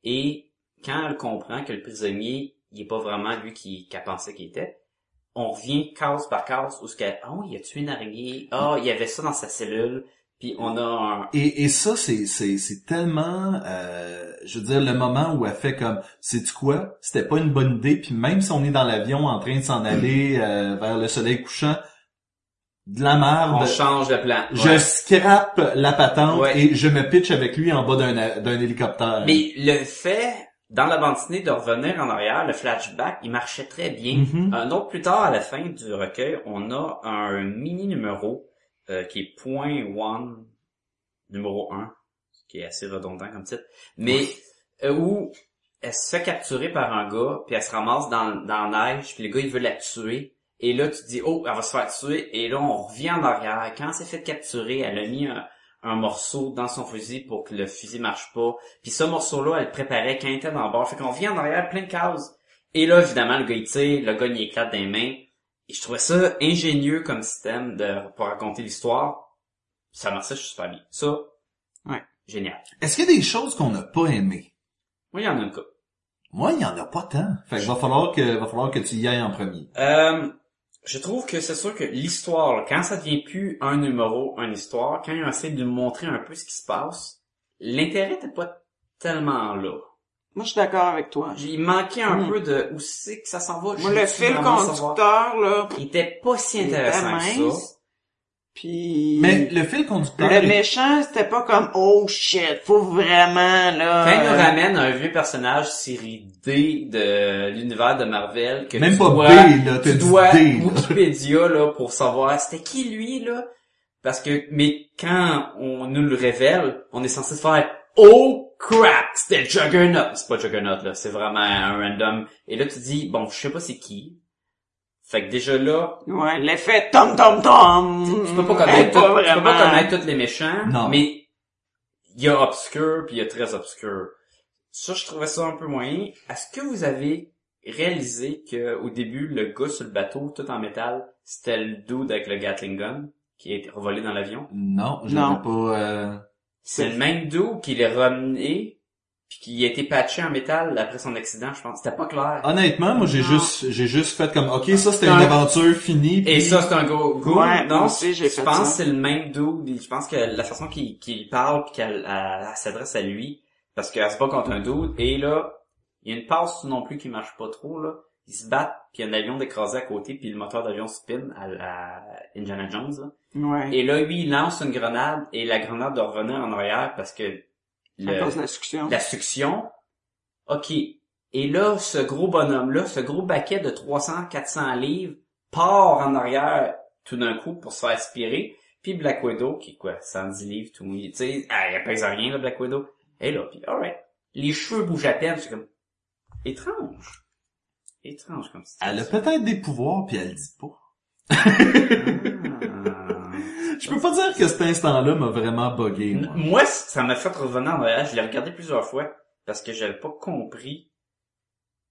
et quand elle comprend que le prisonnier, il est pas vraiment lui qui- qu'elle pensait qu'il était, on revient case par case où ce qu'elle, oh, il a tué une araignée, oh, il y avait ça dans sa cellule, puis on a un, Et, et ça, c'est, c'est, c'est tellement, euh, je veux dire, le moment où elle fait comme, c'est tu quoi, c'était pas une bonne idée, puis même si on est dans l'avion en train de s'en aller euh, vers le soleil couchant, de la on merde, change de plan. je Ouais. scrape la patente Ouais. et je me pitch avec lui en bas d'un, a- d'un hélicoptère. Mais le fait, dans la bande dessinée, de revenir en arrière, le flashback, il marchait très bien. Mhm. Un autre plus tard, à la fin du recueil, on a un mini-numéro euh, qui est point one, numéro 1, ce qui est assez redondant comme titre, mais euh, où elle se fait capturer par un gars, puis elle se ramasse dans, dans la neige, puis le gars, il veut la tuer. Et là, tu te dis, oh, elle va se faire tuer. Et là, on revient en arrière. Quand elle s'est fait capturer, elle a mis un, un morceau dans son fusil pour que le fusil marche pas. Puis ce morceau-là, elle le préparait quand elle était dans le bar. Fait qu'on revient en arrière, plein de cases. Et là, évidemment, le gars, il tire, le gars, il éclate des mains. Et je trouvais ça ingénieux comme système de, pour raconter l'histoire. Ça marchait super bien. Ça, Ouais. génial. Est-ce qu'il y a des choses qu'on n'a pas aimées? Oui, il y en a une couple. Moi, il y en a pas tant. Fait que va falloir que, va falloir que tu y ailles en premier. Euh, je trouve que c'est sûr que l'histoire, là, quand ça devient plus un numéro, une histoire, quand ils essaie de nous montrer un peu ce qui se passe, l'intérêt n'était pas tellement là. Moi, je suis d'accord avec toi. Il manquait un Mm. peu de où c'est que ça s'en va. Moi, Je le veux fil vraiment savoir. conducteur, là, Il était pas si il était intéressant que ça. mince. Puis... Mais le fil conducteur... Le ben, est- méchant, c'était pas comme oh shit, faut vraiment là. Quand il nous euh, ramène un vieux personnage série D de l'univers de Marvel que Même tu pas dois, B, là, t'as tu dit dois D, là. Wikipédia là pour savoir c'était qui lui là parce que mais quand on nous le révèle, on est censé faire oh crap, c'était Juggernaut. C'est pas Juggernaut là, c'est vraiment un random. Et là tu dis bon, je sais pas c'est qui. Fait que déjà là, Ouais, l'effet tom tom tom. tu peux pas connaître, tout- pas tu peux vraiment. pas connaître tous les méchants, Non. mais il y a obscur puis il y a très obscur. Ça, je trouvais ça un peu moyen. Est-ce que vous avez réalisé que au début, le gars sur le bateau, tout en métal, c'était le dude avec le Gatling Gun qui est revolé dans l'avion. Non, je Non. l'avais pas... euh, C'est le même dude qui l'est ramené puis qui a été patché en métal après son accident, je pense. C'était pas clair. Honnêtement, moi, j'ai Non. juste, j'ai juste fait comme, ok, ça, c'était Non. une aventure finie. Et puis- ça, c'est un gros goût. Ouais, moi non, aussi, j'ai je fait pense que ça. c'est le même dude. et Je pense que la façon qu'il qu'il parle puis qu'elle elle- elle s'adresse à lui, parce qu'elle se bat contre un dude, et là, il y a une passe non plus qui marche pas trop, là. Ils se battent, puis il y a un avion décrasé à côté, puis le moteur d'avion spin à, la Indiana Jones, là. Ouais. Et là, lui, il lance une grenade, et la grenade doit revenir en arrière parce que À le- cause de la succion. la succion. OK. Et là, ce gros bonhomme-là, ce gros baquet de 300, 400 livres, part en arrière tout d'un coup pour se faire aspirer. Puis Black Widow, qui est quoi, 110 livres, tout mouillé, tu sais, elle elle pèse rien, là, Black Widow. Et là, puis alright. Les cheveux bougent à peine, c'est comme... Étrange. Étrange comme ça. Elle a peut-être des pouvoirs, puis elle le dit pas. Je peux pas dire que cet instant-là m'a vraiment bugué, moi. Moi, c- ça m'a fait revenir en arrière. Je l'ai regardé plusieurs fois parce que j'avais pas compris.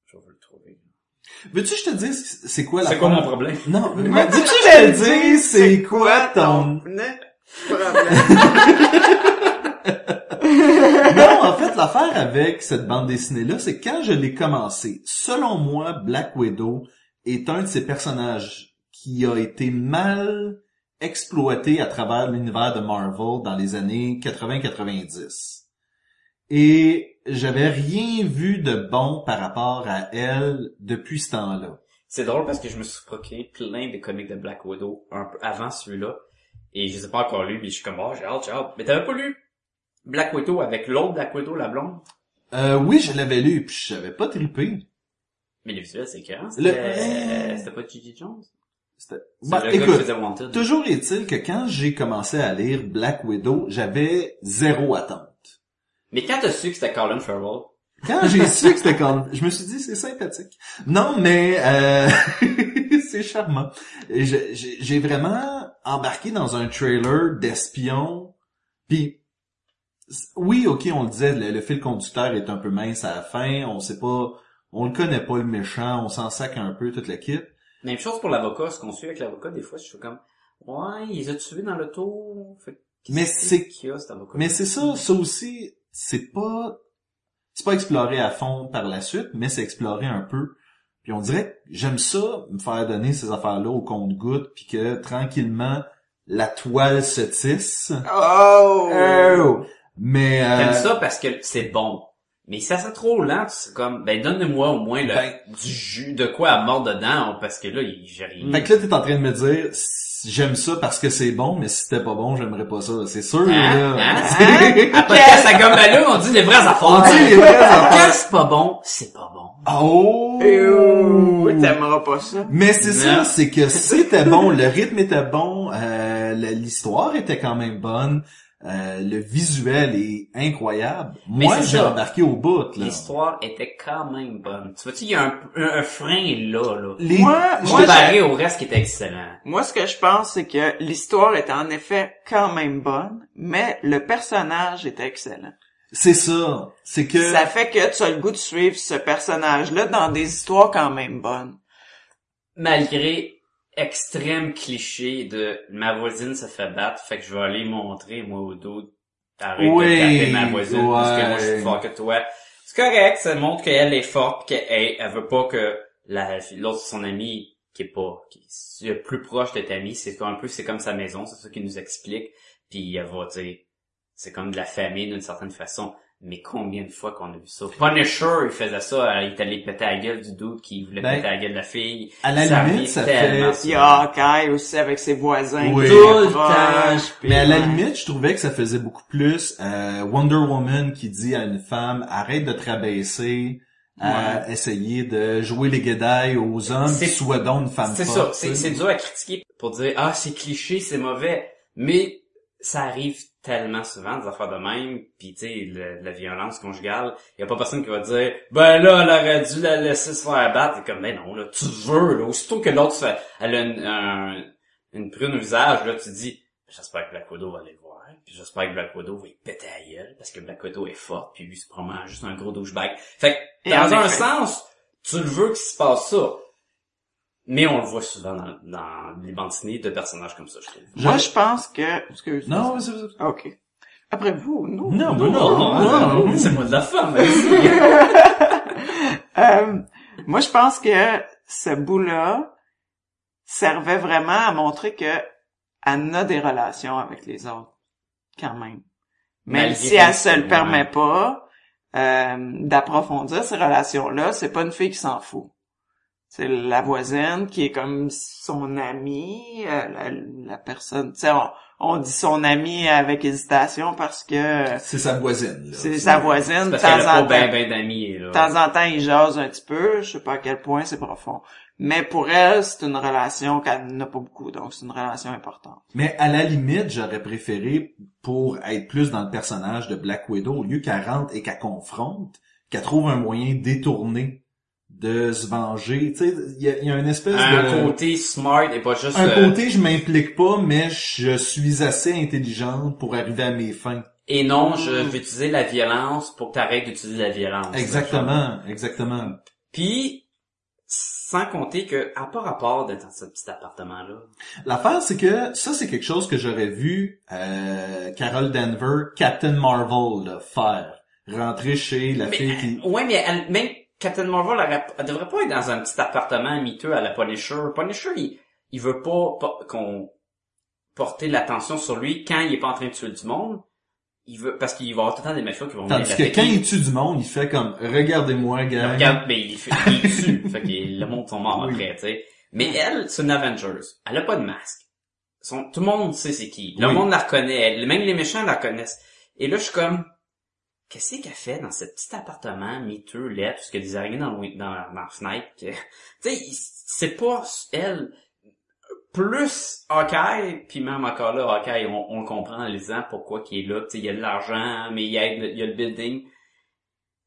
Je vais vous le trouver. Veux-tu que je te dise c'est quoi la C'est quoi mon problème? Non, mais moi, dis-tu que je te dise c'est quoi ton... problème? Non, en fait, l'affaire avec cette bande dessinée-là, c'est que quand je l'ai commencé, selon moi, Black Widow est un de ces personnages qui a été mal exploité à travers l'univers de Marvel dans les années 80-90. Et j'avais rien vu de bon par rapport à elle depuis ce temps-là. C'est drôle parce que je me suis procuré plein des comics de Black Widow un peu avant celui-là. Et je les ai pas encore lus, mais je suis comme, oh, j'ai hâte, j'ai hâte. Mais t'avais pas lu Black Widow avec l'autre Black Widow, la blonde? Euh, oui, je l'avais lu, puis je savais pas trippé. Mais le visuel, c'est écœurant. Le- C'était euh, c'était pas Gigi Jones? C'était- C'est Bah, le gars qui écoute, faisait Wanted. Toujours est-il que quand j'ai commencé à lire Black Widow, j'avais zéro attente. Mais quand t'as su que c'était Colin Farrell, Quand j'ai su que c'était quand, je me suis dit c'est sympathique. Non, mais euh, c'est charmant. Et je- J'ai j'ai vraiment embarqué dans un trailer d'espion. Puis oui, ok, on le disait, le, le fil conducteur est un peu mince à la fin. On sait pas, on le connaît pas le méchant, on s'en sac un peu toute la kit. Même chose pour l'avocat, ce qu'on suit avec l'avocat, des fois, je suis comme, ouais, ils ont tué dans l'auto. Fait que Mais qu'est-ce c'est- qu'il y a, cet avocat. Mais c'est ça, ça aussi, c'est pas, c'est pas exploré à fond par la suite, mais c'est exploré un peu. Puis on dirait, que j'aime ça, me faire donner ces affaires-là au compte-goutte, puis que tranquillement, la toile se tisse. Oh! Oh! Mais, euh, T'aimes ça parce que c'est bon. Mais ça c'est trop lent, c'est comme, ben donne-moi au moins le, Ben- du jus, de quoi à mordre dedans, hein, parce que là, il- j'ai rien. fait que là, t'es en train de me dire, s- j'aime ça parce que c'est bon, mais si c'était pas bon, j'aimerais pas ça. C'est sûr, là. Hein? Ah, Hein? Après, ça gomme la lune, on dit les vraies affaires. On dit les vraies affaires. Quand c'est pas bon, c'est pas bon. Oh! Ew! T'aimeras pas ça? Mais c'est ça, Non. c'est que c'était bon, le rythme était bon, euh, la- l'histoire était quand même bonne, euh, le visuel est incroyable. Mais Moi, c'est j'ai ça. embarqué au bout, là. L'histoire était quand même bonne. Tu vois-tu, il y a un, un, un frein là, là. Les- Moi, Je moi, comparé au reste qui était excellent. Moi, ce que je pense, c'est que l'histoire est en effet quand même bonne, mais le personnage est excellent. C'est ça, c'est que... Ça fait que tu as le goût de suivre ce personnage-là dans des histoires quand même bonnes. Malgré extrême cliché de ma voisine se fait battre, fait que je vais aller montrer moi au dos arrête Oui, de taper ma voisine parce que moi je suis ouais. plus fort que toi. C'est correct, ça montre qu'elle est forte, pis qu'elle elle veut pas que la l'autre son ami qui est pas qui est le plus proche de ta amie, c'est un peu c'est comme sa maison, c'est ça qu'il nous explique. Puis elle va dire c'est comme de la famille d'une certaine façon. Mais combien de fois qu'on a vu ça? Punisher, il faisait ça, il est allé péter la gueule du doute qui voulait Ben, péter la gueule de la fille. à la Ça limite, arrive ça tellement fait- Il y a Hawkeye aussi avec ses voisins. Oui. qui Tout sont le proches, temps. puis- Mais à la limite, je trouvais que ça faisait beaucoup plus euh, Wonder Woman qui dit à une femme, arrête de te rabaisser, à essayer de jouer les guédailles aux hommes, C'est- sois donc une femme C'est ça, forte, c'est, tu sais. c'est dur à critiquer pour dire ah c'est cliché, c'est mauvais, mais ça arrive tellement souvent des affaires de même, puis tu sais le- la violence conjugale, y a pas personne qui va dire ben là elle aurait dû la laisser se faire battre, et comme ben non là tu veux là aussitôt que l'autre se fait- elle a une, un- une prune au visage là tu dis j'espère que Black Widow va aller le voir, puis j'espère que Black Widow va y péter à gueule parce que Black Widow est forte, puis lui c'est probablement juste un gros douchebag. Fait que Et en dans un effet. sens Tu le veux qu'il se passe ça. Mais on le voit souvent dans, dans les bandes dessinées de personnages comme ça, je trouve. Moi, je pense que... Excuse-moi. Non, c'est... c'est- OK. Après vous, non. Non, non, non, non, non. Ah, c'est moi de la femme. Euh, moi, je pense que ce bout-là servait vraiment à montrer que Anne a des relations avec les autres, quand même. Même Malgré si elle se le tout, permet ouais. pas euh, d'approfondir ces relations-là, c'est pas une fille qui s'en fout. C'est la voisine qui est comme son amie, euh, la, la personne. Tu sais, on, on dit son amie avec hésitation parce que C'est sa voisine, là. c'est sa voisine de Parce qu'elle temps a pas en temps. ben, ben d'amis, là. De temps en temps, ils jasent un petit peu. Je sais pas à quel point c'est profond. Mais pour elle, c'est une relation qu'elle n'a pas beaucoup. Donc, c'est une relation importante. Mais à la limite, j'aurais préféré, pour être plus dans le personnage de Black Widow, au lieu qu'elle rentre et qu'elle confronte, qu'elle trouve un moyen détourné de se venger. Tu sais, il y a, il y a une espèce Ah, un de... côté smart et pas juste... un euh, côté, je m'implique pas, mais je suis assez intelligente pour arriver à mes fins. Et Eh non, je vais utiliser la violence pour que t'arrêtes d'utiliser la violence. Exactement, exactement. Puis, sans compter que, à part à part d'être dans ce petit appartement-là, L'affaire, c'est que ça, c'est quelque chose que j'aurais vu euh, Carol Denver, Captain Marvel, là, faire. Rentrer chez la Mais, fille qui... euh, ouais, mais elle- même Captain Marvel, elle, aurait- elle devrait pas être dans un petit appartement miteux à la Punisher. Punisher, il, il veut pas, po- qu'on porter l'attention sur lui quand il est pas en train de tuer du monde. Il veut, parce qu'il va y avoir tout le temps des mafias qui vont venir Tandis que quand l'attaquer. il tue du monde, il fait comme « Regardez-moi, Il gars. le regarde, mais il, fait- il le tue. fait que le monde sont morts Oui. après, tu sais. Mais elle, c'est une Avengers. Elle a pas de masque. Son- tout le monde sait c'est qui. Le Oui. monde la reconnaît. Même les méchants la reconnaissent. Et là, je suis comme, qu'est-ce qu'elle fait dans ce petit appartement miteux, laid, parce qu'il y a des araignées dans, le win- dans, la- dans la fenêtre. que- Tu sais, il- c'est pas elle. Plus Hawkeye, puis même encore là, Hawkeye, on, on le comprend en lisant pourquoi qu'il est là. Tu sais, il y a de l'argent, mais il y a, il y a le building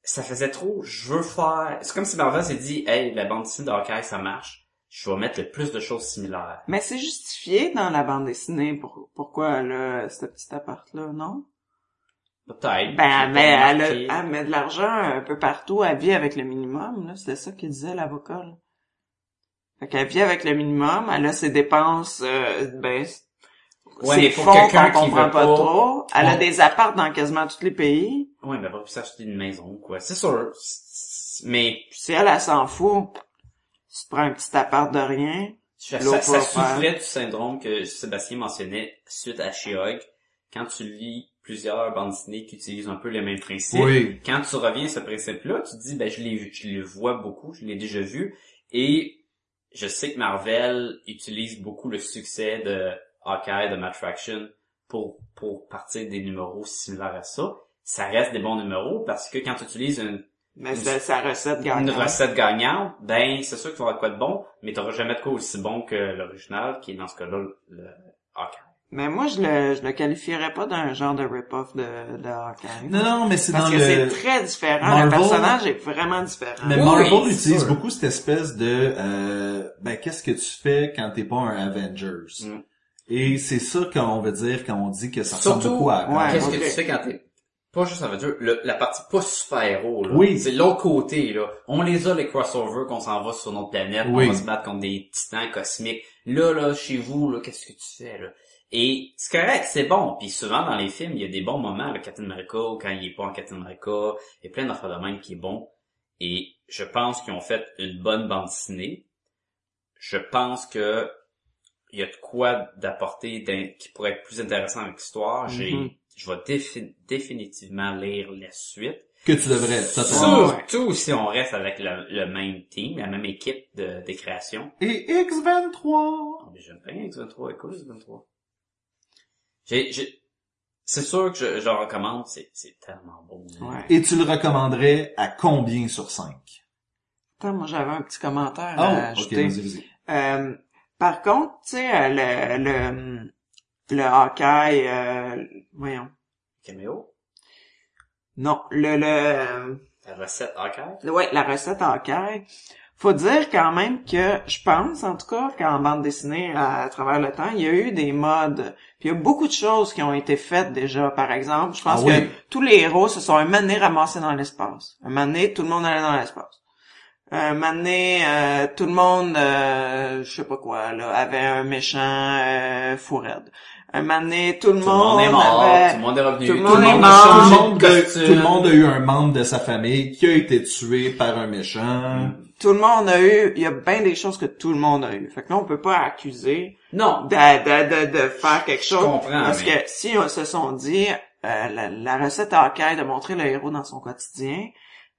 ça faisait trop, je veux faire... C'est comme si Marvel s'est dit, hey, la bande dessinée de Hawkeye, ça marche. Je vais mettre le plus de choses similaires. Mais c'est justifié dans la bande dessinée pour, pourquoi elle a ce petit appart-là, non? Peut-être. Ben, J'ai elle met, pas elle, remarqué. a- elle met de l'argent un peu partout. Elle vit avec le minimum, là. C'était ça qu'il disait, l'avocat, là. Fait qu'elle vit avec le minimum. Elle a ses dépenses, euh, ben, Ouais, ses mais pour fonds quelqu'un qu'on qui comprend veut pas pas- trop. Elle a Ouais. des apparts dans quasiment tous les pays. Ouais, mais elle va plus s'acheter une maison, quoi. C'est sûr. C'est- Mais, Puis si elle, elle s'en fout, tu te prends un petit appart de rien. ça, L'eau ça- ça pas souffrait du syndrome que Sébastien mentionnait suite à She-Hulk. Quand tu lis plusieurs bandes dessinées qui utilisent un peu les mêmes principes, Oui. quand tu reviens à ce principe-là, tu te dis, ben, je l'ai vu- je le vois beaucoup, je l'ai déjà vu, et je sais que Marvel utilise beaucoup le succès de Hawkeye, de Matt Fraction, pour, pour partir des numéros similaires à ça. Ça reste des bons numéros parce que quand tu utilises une, Mais c'est sa recette gagnante. une recette gagnante, ben, c'est sûr que tu auras de quoi de bon, mais t'auras jamais de quoi aussi bon que l'original, qui est dans ce cas-là, le- le Hawkeye. Mais moi, je le, je le qualifierais pas d'un genre de rip-off de, de Hawkeye. Non, non, mais c'est dans Parce que le... c'est très différent. Marvel- Le personnage est vraiment différent. Mais Oui, Marvel c'est utilise sûr. beaucoup cette espèce de euh, ben qu'est-ce que tu fais quand t'es pas un Avengers Mm. Et c'est ça qu'on veut dire quand on dit que ça ressemble Surtout- beaucoup à Ouais, Qu'est-ce ok. que tu fais quand t'es pas juste en dire la partie pas super héros là. Oui. C'est l'autre côté là. On les a les crossovers qu'on s'en va sur notre planète, Oui. on va se battre contre des titans cosmiques. Là là chez vous là, qu'est-ce que tu fais là Et c'est correct, c'est bon. Puis souvent dans les films, il y a des bons moments le Captain America ou quand il est pas en Captain America, il y a plein d'affaires de même qui est bon. Et je pense qu'ils ont fait une bonne bande dessinée. Je pense que il y a de quoi d'apporter d'in- qui pourrait être plus intéressant avec l'histoire. J'ai, Mhm. je vais défi- définitivement lire la suite. que tu devrais. t'as ton- Surtout si on reste avec le, le même team, la même équipe de, de création. Et X23. Oh, mais j'aime bien X23, écoute X23. J'ai, j'ai, c'est sûr que je, je le recommande, c'est, c'est tellement bon. hein. Ouais. Et tu le recommanderais à combien sur 5 Attends, moi, j'avais un petit commentaire Oh, à ok, ajouter. vas-y, vas-y. Euh, par contre, tu sais, euh, le, le, le Hawkeye, euh, voyons. Caméo, Non, le, euh, le, la recette encore. Ouais, la recette en caille. Faut dire quand même que je pense, en tout cas, qu'en bande dessinée, à, à travers le temps, il y a eu des modes. Puis il y a beaucoup de choses qui ont été faites déjà. Par exemple, je pense Ah oui. que tous les héros se sont un moment donné ramassés dans l'espace. Un moment donné, tout le monde allait dans l'espace. Euh, maintenant, euh, tout le monde, euh, je sais pas quoi, là, avait un méchant euh, fou raide. Un moment donné, tout le Tout le monde monde est mort, avait- tout le monde est revenu, tout le Tout le, On est monde mort, a a changé changé de de- costume. tout le monde a eu un membre de sa famille qui a été tué par un méchant. tout le monde a eu, il y a bien des choses que tout le monde a eu. Fait que là, on peut pas accuser Non, de, de, de, de faire quelque chose. comprends, parce mais- que si on se sont dit, euh, la, la recette Hawkeye de montrer le héros dans son quotidien,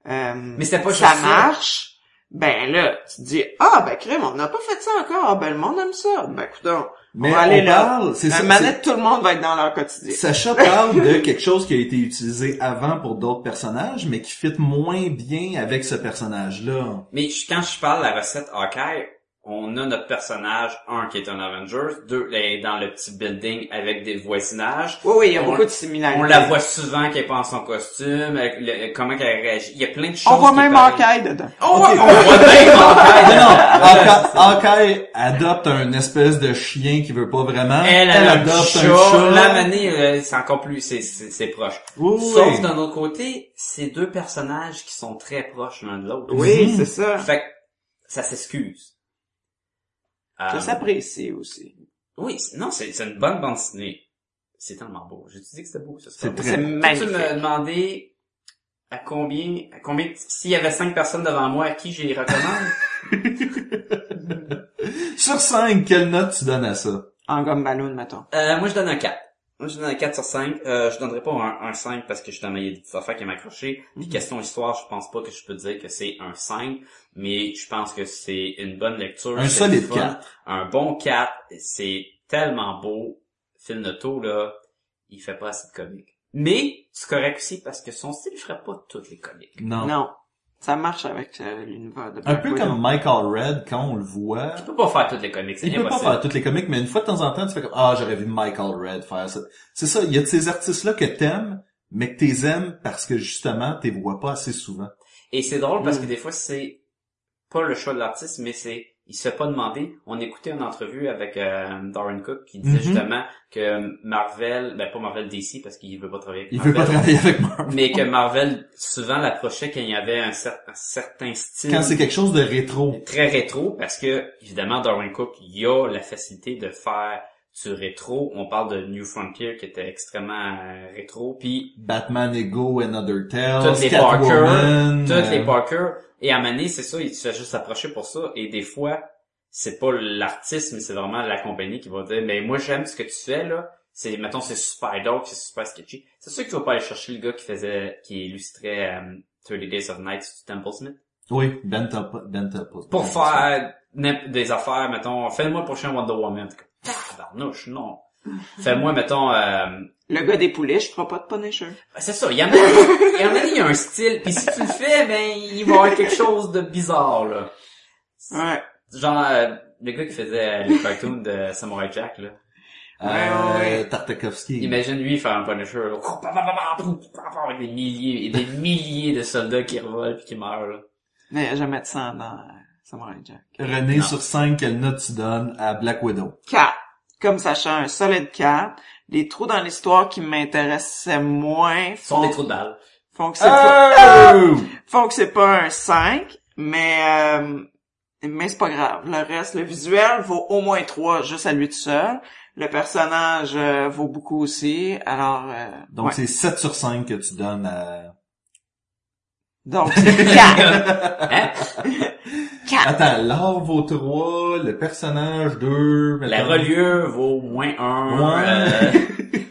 euh, Mais c'était pas ça juste ça. marche, ben là, tu te dis, ah, ben crime, on n'a pas fait ça encore, ah, ben le monde aime ça, ben coudonc, Mais on va aller on là. parle, c'est ça, Un manette, tout le monde va être dans leur quotidien. Sacha parle de quelque chose qui a été utilisé avant pour d'autres personnages, mais qui fit moins bien avec ce personnage-là. Mais je- quand je parle de la recette Hawkeye, on a notre personnage, un, qui est un Avengers, deux, elle est dans le petit building avec des voisinages. Oui, oui, il y a On- beaucoup de similarités. On la voit souvent qu'elle est pas en son costume, avec le- comment qu'elle réagit. Il y a plein de choses. On voit qui même parlent. Hawkeye dedans. Oh, ouais, on voit même Hawkeye. Ah, Non, non, Ouais, Hawkeye- Hawkeye adopte un espèce de chien qui veut pas vraiment. Elle, elle, adopte un chat. La manée, euh, c'est encore plus, c'est, c'est, c'est proche. Oui, oui. Sauf d'un autre côté, c'est deux personnages qui sont très proches l'un de l'autre. Oui, c'est ça. Fait que, ça s'excuse. Ça Euh, s'apprécie aussi. Oui, c'est- non, c'est c'est une bonne bande dessinée. C'est tellement beau. J'ai dit que c'était beau, ça. C'est pas beau. très beau. Toi, Tu me demandais à combien, à combien, s'il y avait cinq personnes devant moi, à qui je les recommande? Sur 5, quelle note tu donnes à ça? En gomme ballon, mettons. euh, moi, je donne un 4. Moi, je donne un 4 sur 5. Euh, je donnerai pas un, un 5 parce que justement, il y a des petites affaires qui m'accrochaient. Puis Mhm. question histoire, je pense pas que je peux dire que c'est un 5, mais je pense que c'est une bonne lecture. Un c'est solide le fun. 4. Un bon 4. C'est tellement beau. Phil Noto, là, il fait pas assez de comiques. Mais, c'est correct aussi parce que son style ferait pas toutes les comiques. Non. Non. Ça marche avec euh, l'univers de Un Black peu Widow. comme Michael Red, quand on le voit. Il peut pas faire toutes les comiques, c'est Il peut pas impossible. faire toutes les comiques, mais une fois de temps en temps, tu fais comme, ah, j'aurais vu Michael Red faire ça. C'est ça, il y a de ces artistes-là que t'aimes, mais que t'es aimes parce que justement, t'es vois pas assez souvent. Et c'est drôle Mm. parce que des fois, c'est pas le choix de l'artiste, mais c'est il se fait pas demander. On écoutait une entrevue avec euh, Darren Cook qui disait Mhm. justement que Marvel, ben pas Marvel DC parce qu'il veut pas travailler avec Il Marvel, veut pas travailler avec moi. mais que Marvel souvent l'approchait quand il y avait un, cer- un certain style Quand c'est quelque chose de rétro. très rétro parce que évidemment Darwin Cook il a la facilité de faire du rétro. On parle de New Frontier qui était extrêmement euh, rétro, puis Batman Ego, Another toutes Tales, les Parker, Catwoman. toutes les euh, Parker. Et à Mané, c'est ça, il se fait juste approcher pour ça. Et des fois, c'est pas l'artiste, mais c'est vraiment la compagnie qui va dire, mais moi j'aime ce que tu fais là. C'est, mettons, c'est super dark, c'est super sketchy. C'est sûr qu'il va pas aller chercher le gars qui faisait, qui illustrait euh, 30 Days of Night du Temple Smith. Oui, Ben Temple. Ben Temple. Pour Ben Temple. faire n'im- des affaires, mettons, fais-moi le prochain Wonder Woman. Tabarnouche, non. Fais-moi, mettons, euh, Le gars des poulets, je crois pas de Punisher. Ben, C'est ça, il y en a, il y en a, il y a un style, puis si tu le fais, ben, il va y avoir quelque chose de bizarre, là. Ouais. Genre, euh, le gars qui faisait euh, les cartoons de Samurai Jack, là. Euh, Ouais, ouais, ouais. Tartakovsky. Imagine lui faire un Punisher, là. Avec des milliers et des milliers de soldats qui revolent pis qui meurent, là. Mais il y a jamais de sang dans euh, Samurai Jack. René, Non. sur 5, quelle note tu donnes à Black Widow? 4. Comme Sacha, un solide 4. Les trous dans l'histoire qui m'intéressaient moins Ce sont font, des trous de balles. font que c'est pas, Euh! Ah! Oh! font que c'est pas un 5, mais, euh, mais c'est pas grave. Le reste, le visuel vaut au moins 3 juste à lui tout seul. Le personnage euh, vaut beaucoup aussi. Alors, euh, Donc ouais. c'est 7 sur 5 que tu donnes à... Donc, c'est 4. Hein? Attends, l'art vaut 3, le personnage 2... La reliure vaut moins un. Ouais. euh,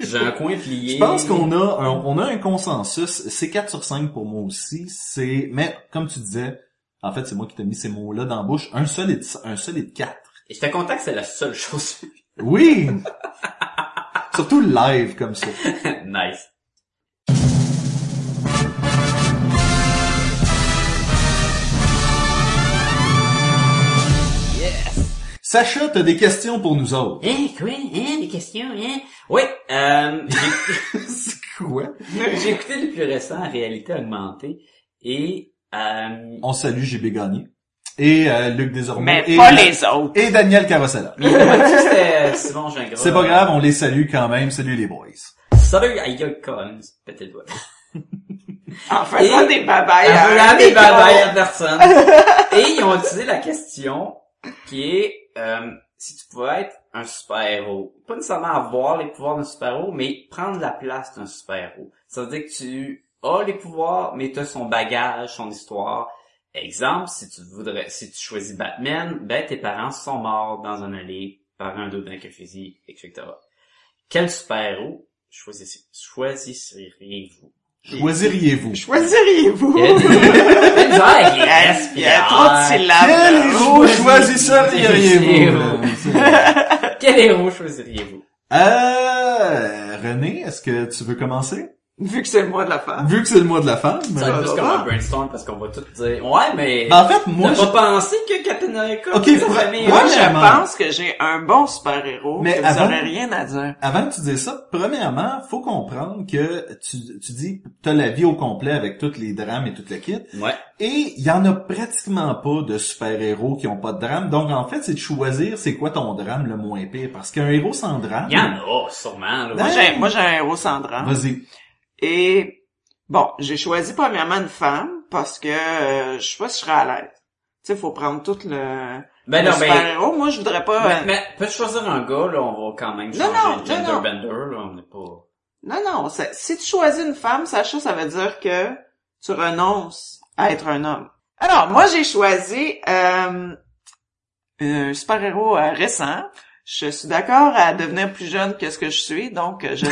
J'ai un coin plié. Je pense qu'on a un, on a un consensus. C'est 4 sur 5 pour moi aussi. C'est, mais comme tu disais, en fait, c'est moi qui t'ai mis ces mots-là dans la bouche. Un solide, un solide 4. Et j'étais content que c'est la seule chose. Oui! Surtout live comme ça. nice. Sacha, t'as des questions pour nous autres. Hein, quoi? Hein, des questions, hein? Oui, euh, C'est quoi? j'ai- j'ai écouté le plus récent, Réalité Augmentée, et, euh, On salue JB Gagné. Et euh, Luc Desormeaux. mais et, pas les autres. et Daniel Carosella. il m'a dit que c'était Simon Gingras. C'est pas grave, on les salue quand même. Salut les boys. Salut, aïe, aïe, Collins, pétez le doigt. En faisant Et- des babayes. Elle à veut un ramener le micro. bye-bye à personne. Et ils ont utilisé la question qui est euh, si tu pouvais être un super-héros. Pas nécessairement avoir les pouvoirs d'un super-héros, mais prendre la place d'un super-héros. Ça veut dire que tu as les pouvoirs, mais tu as son bagage, son histoire. Exemple, si tu voudrais, si tu choisis Batman, ben tes parents sont morts dans un allée par un dos d'un fusil, etc. Quel super-héros choisissez- choisisseriez-vous? Choisiriez-vous. Choisiriez-vous? Il y a des- Une vague, il reste, Il y a trop de Quel syllabes. héros choisisseriez-vous? Quel héros choisiriez-vous? Euh, René, est-ce que tu veux commencer? Vu que c'est moi de la femme. Vu que c'est le mois de la femme. Ça va euh, être plus comme un brainstorm parce qu'on va tout dire. Ouais, mais. Ben, en fait, Ah, moi, T'as je... pas pensé que Captain America, Ok, c'est sa pour- famille, moi, hein? Moi, je Premièrement. pense que j'ai un bon super-héros, Mais mais vous avant- aurez rien à dire. avant que tu dises ça, premièrement, faut comprendre que tu, tu dis, t'as la vie au complet avec tous les drames et tout le kit. Ouais. Et il y en a pratiquement pas de super-héros qui ont pas de drame. Donc, en fait, c'est de choisir c'est quoi ton drame le moins pire. Parce qu'un héros sans drame... Il y en a, hein? sûrement, là. Moi, Ouais. j'ai, moi, j'ai un héros sans drame. Vas-y. Et, bon, j'ai choisi premièrement une femme, parce que, euh, je sais pas si je serais à l'aise. Tu sais, faut prendre tout le, le Ben non, mais. Ben- super-héros. Moi, je voudrais pas... Mais, euh, mais peux-tu choisir un gars, là, on va quand même Non, non, changer de non, non. genderbender, là, on n'est pas... Non, non, ça- si tu choisis une femme, Sacha, ça veut dire que tu renonces à être un homme. Alors, moi, j'ai choisi euh, un super-héros euh, récent. Je suis d'accord à devenir plus jeune que ce que je suis, donc euh, je sais,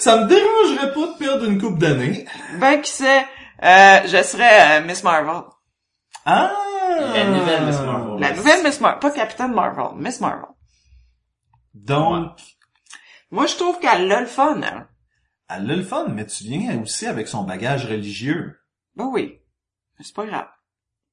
Ça me dérangerait pas de perdre une coupe d'années. ben qui sait, euh, je serais euh, Miss Marvel. Ah! La nouvelle Miss Marvel. La nouvelle Miss Marvel, pas Capitaine Marvel, Miss Marvel. Donc, Moi, je trouve qu'elle a le fun, hein. elle a le fun, mais tu viens aussi avec son bagage religieux. Ben oui, c'est pas grave.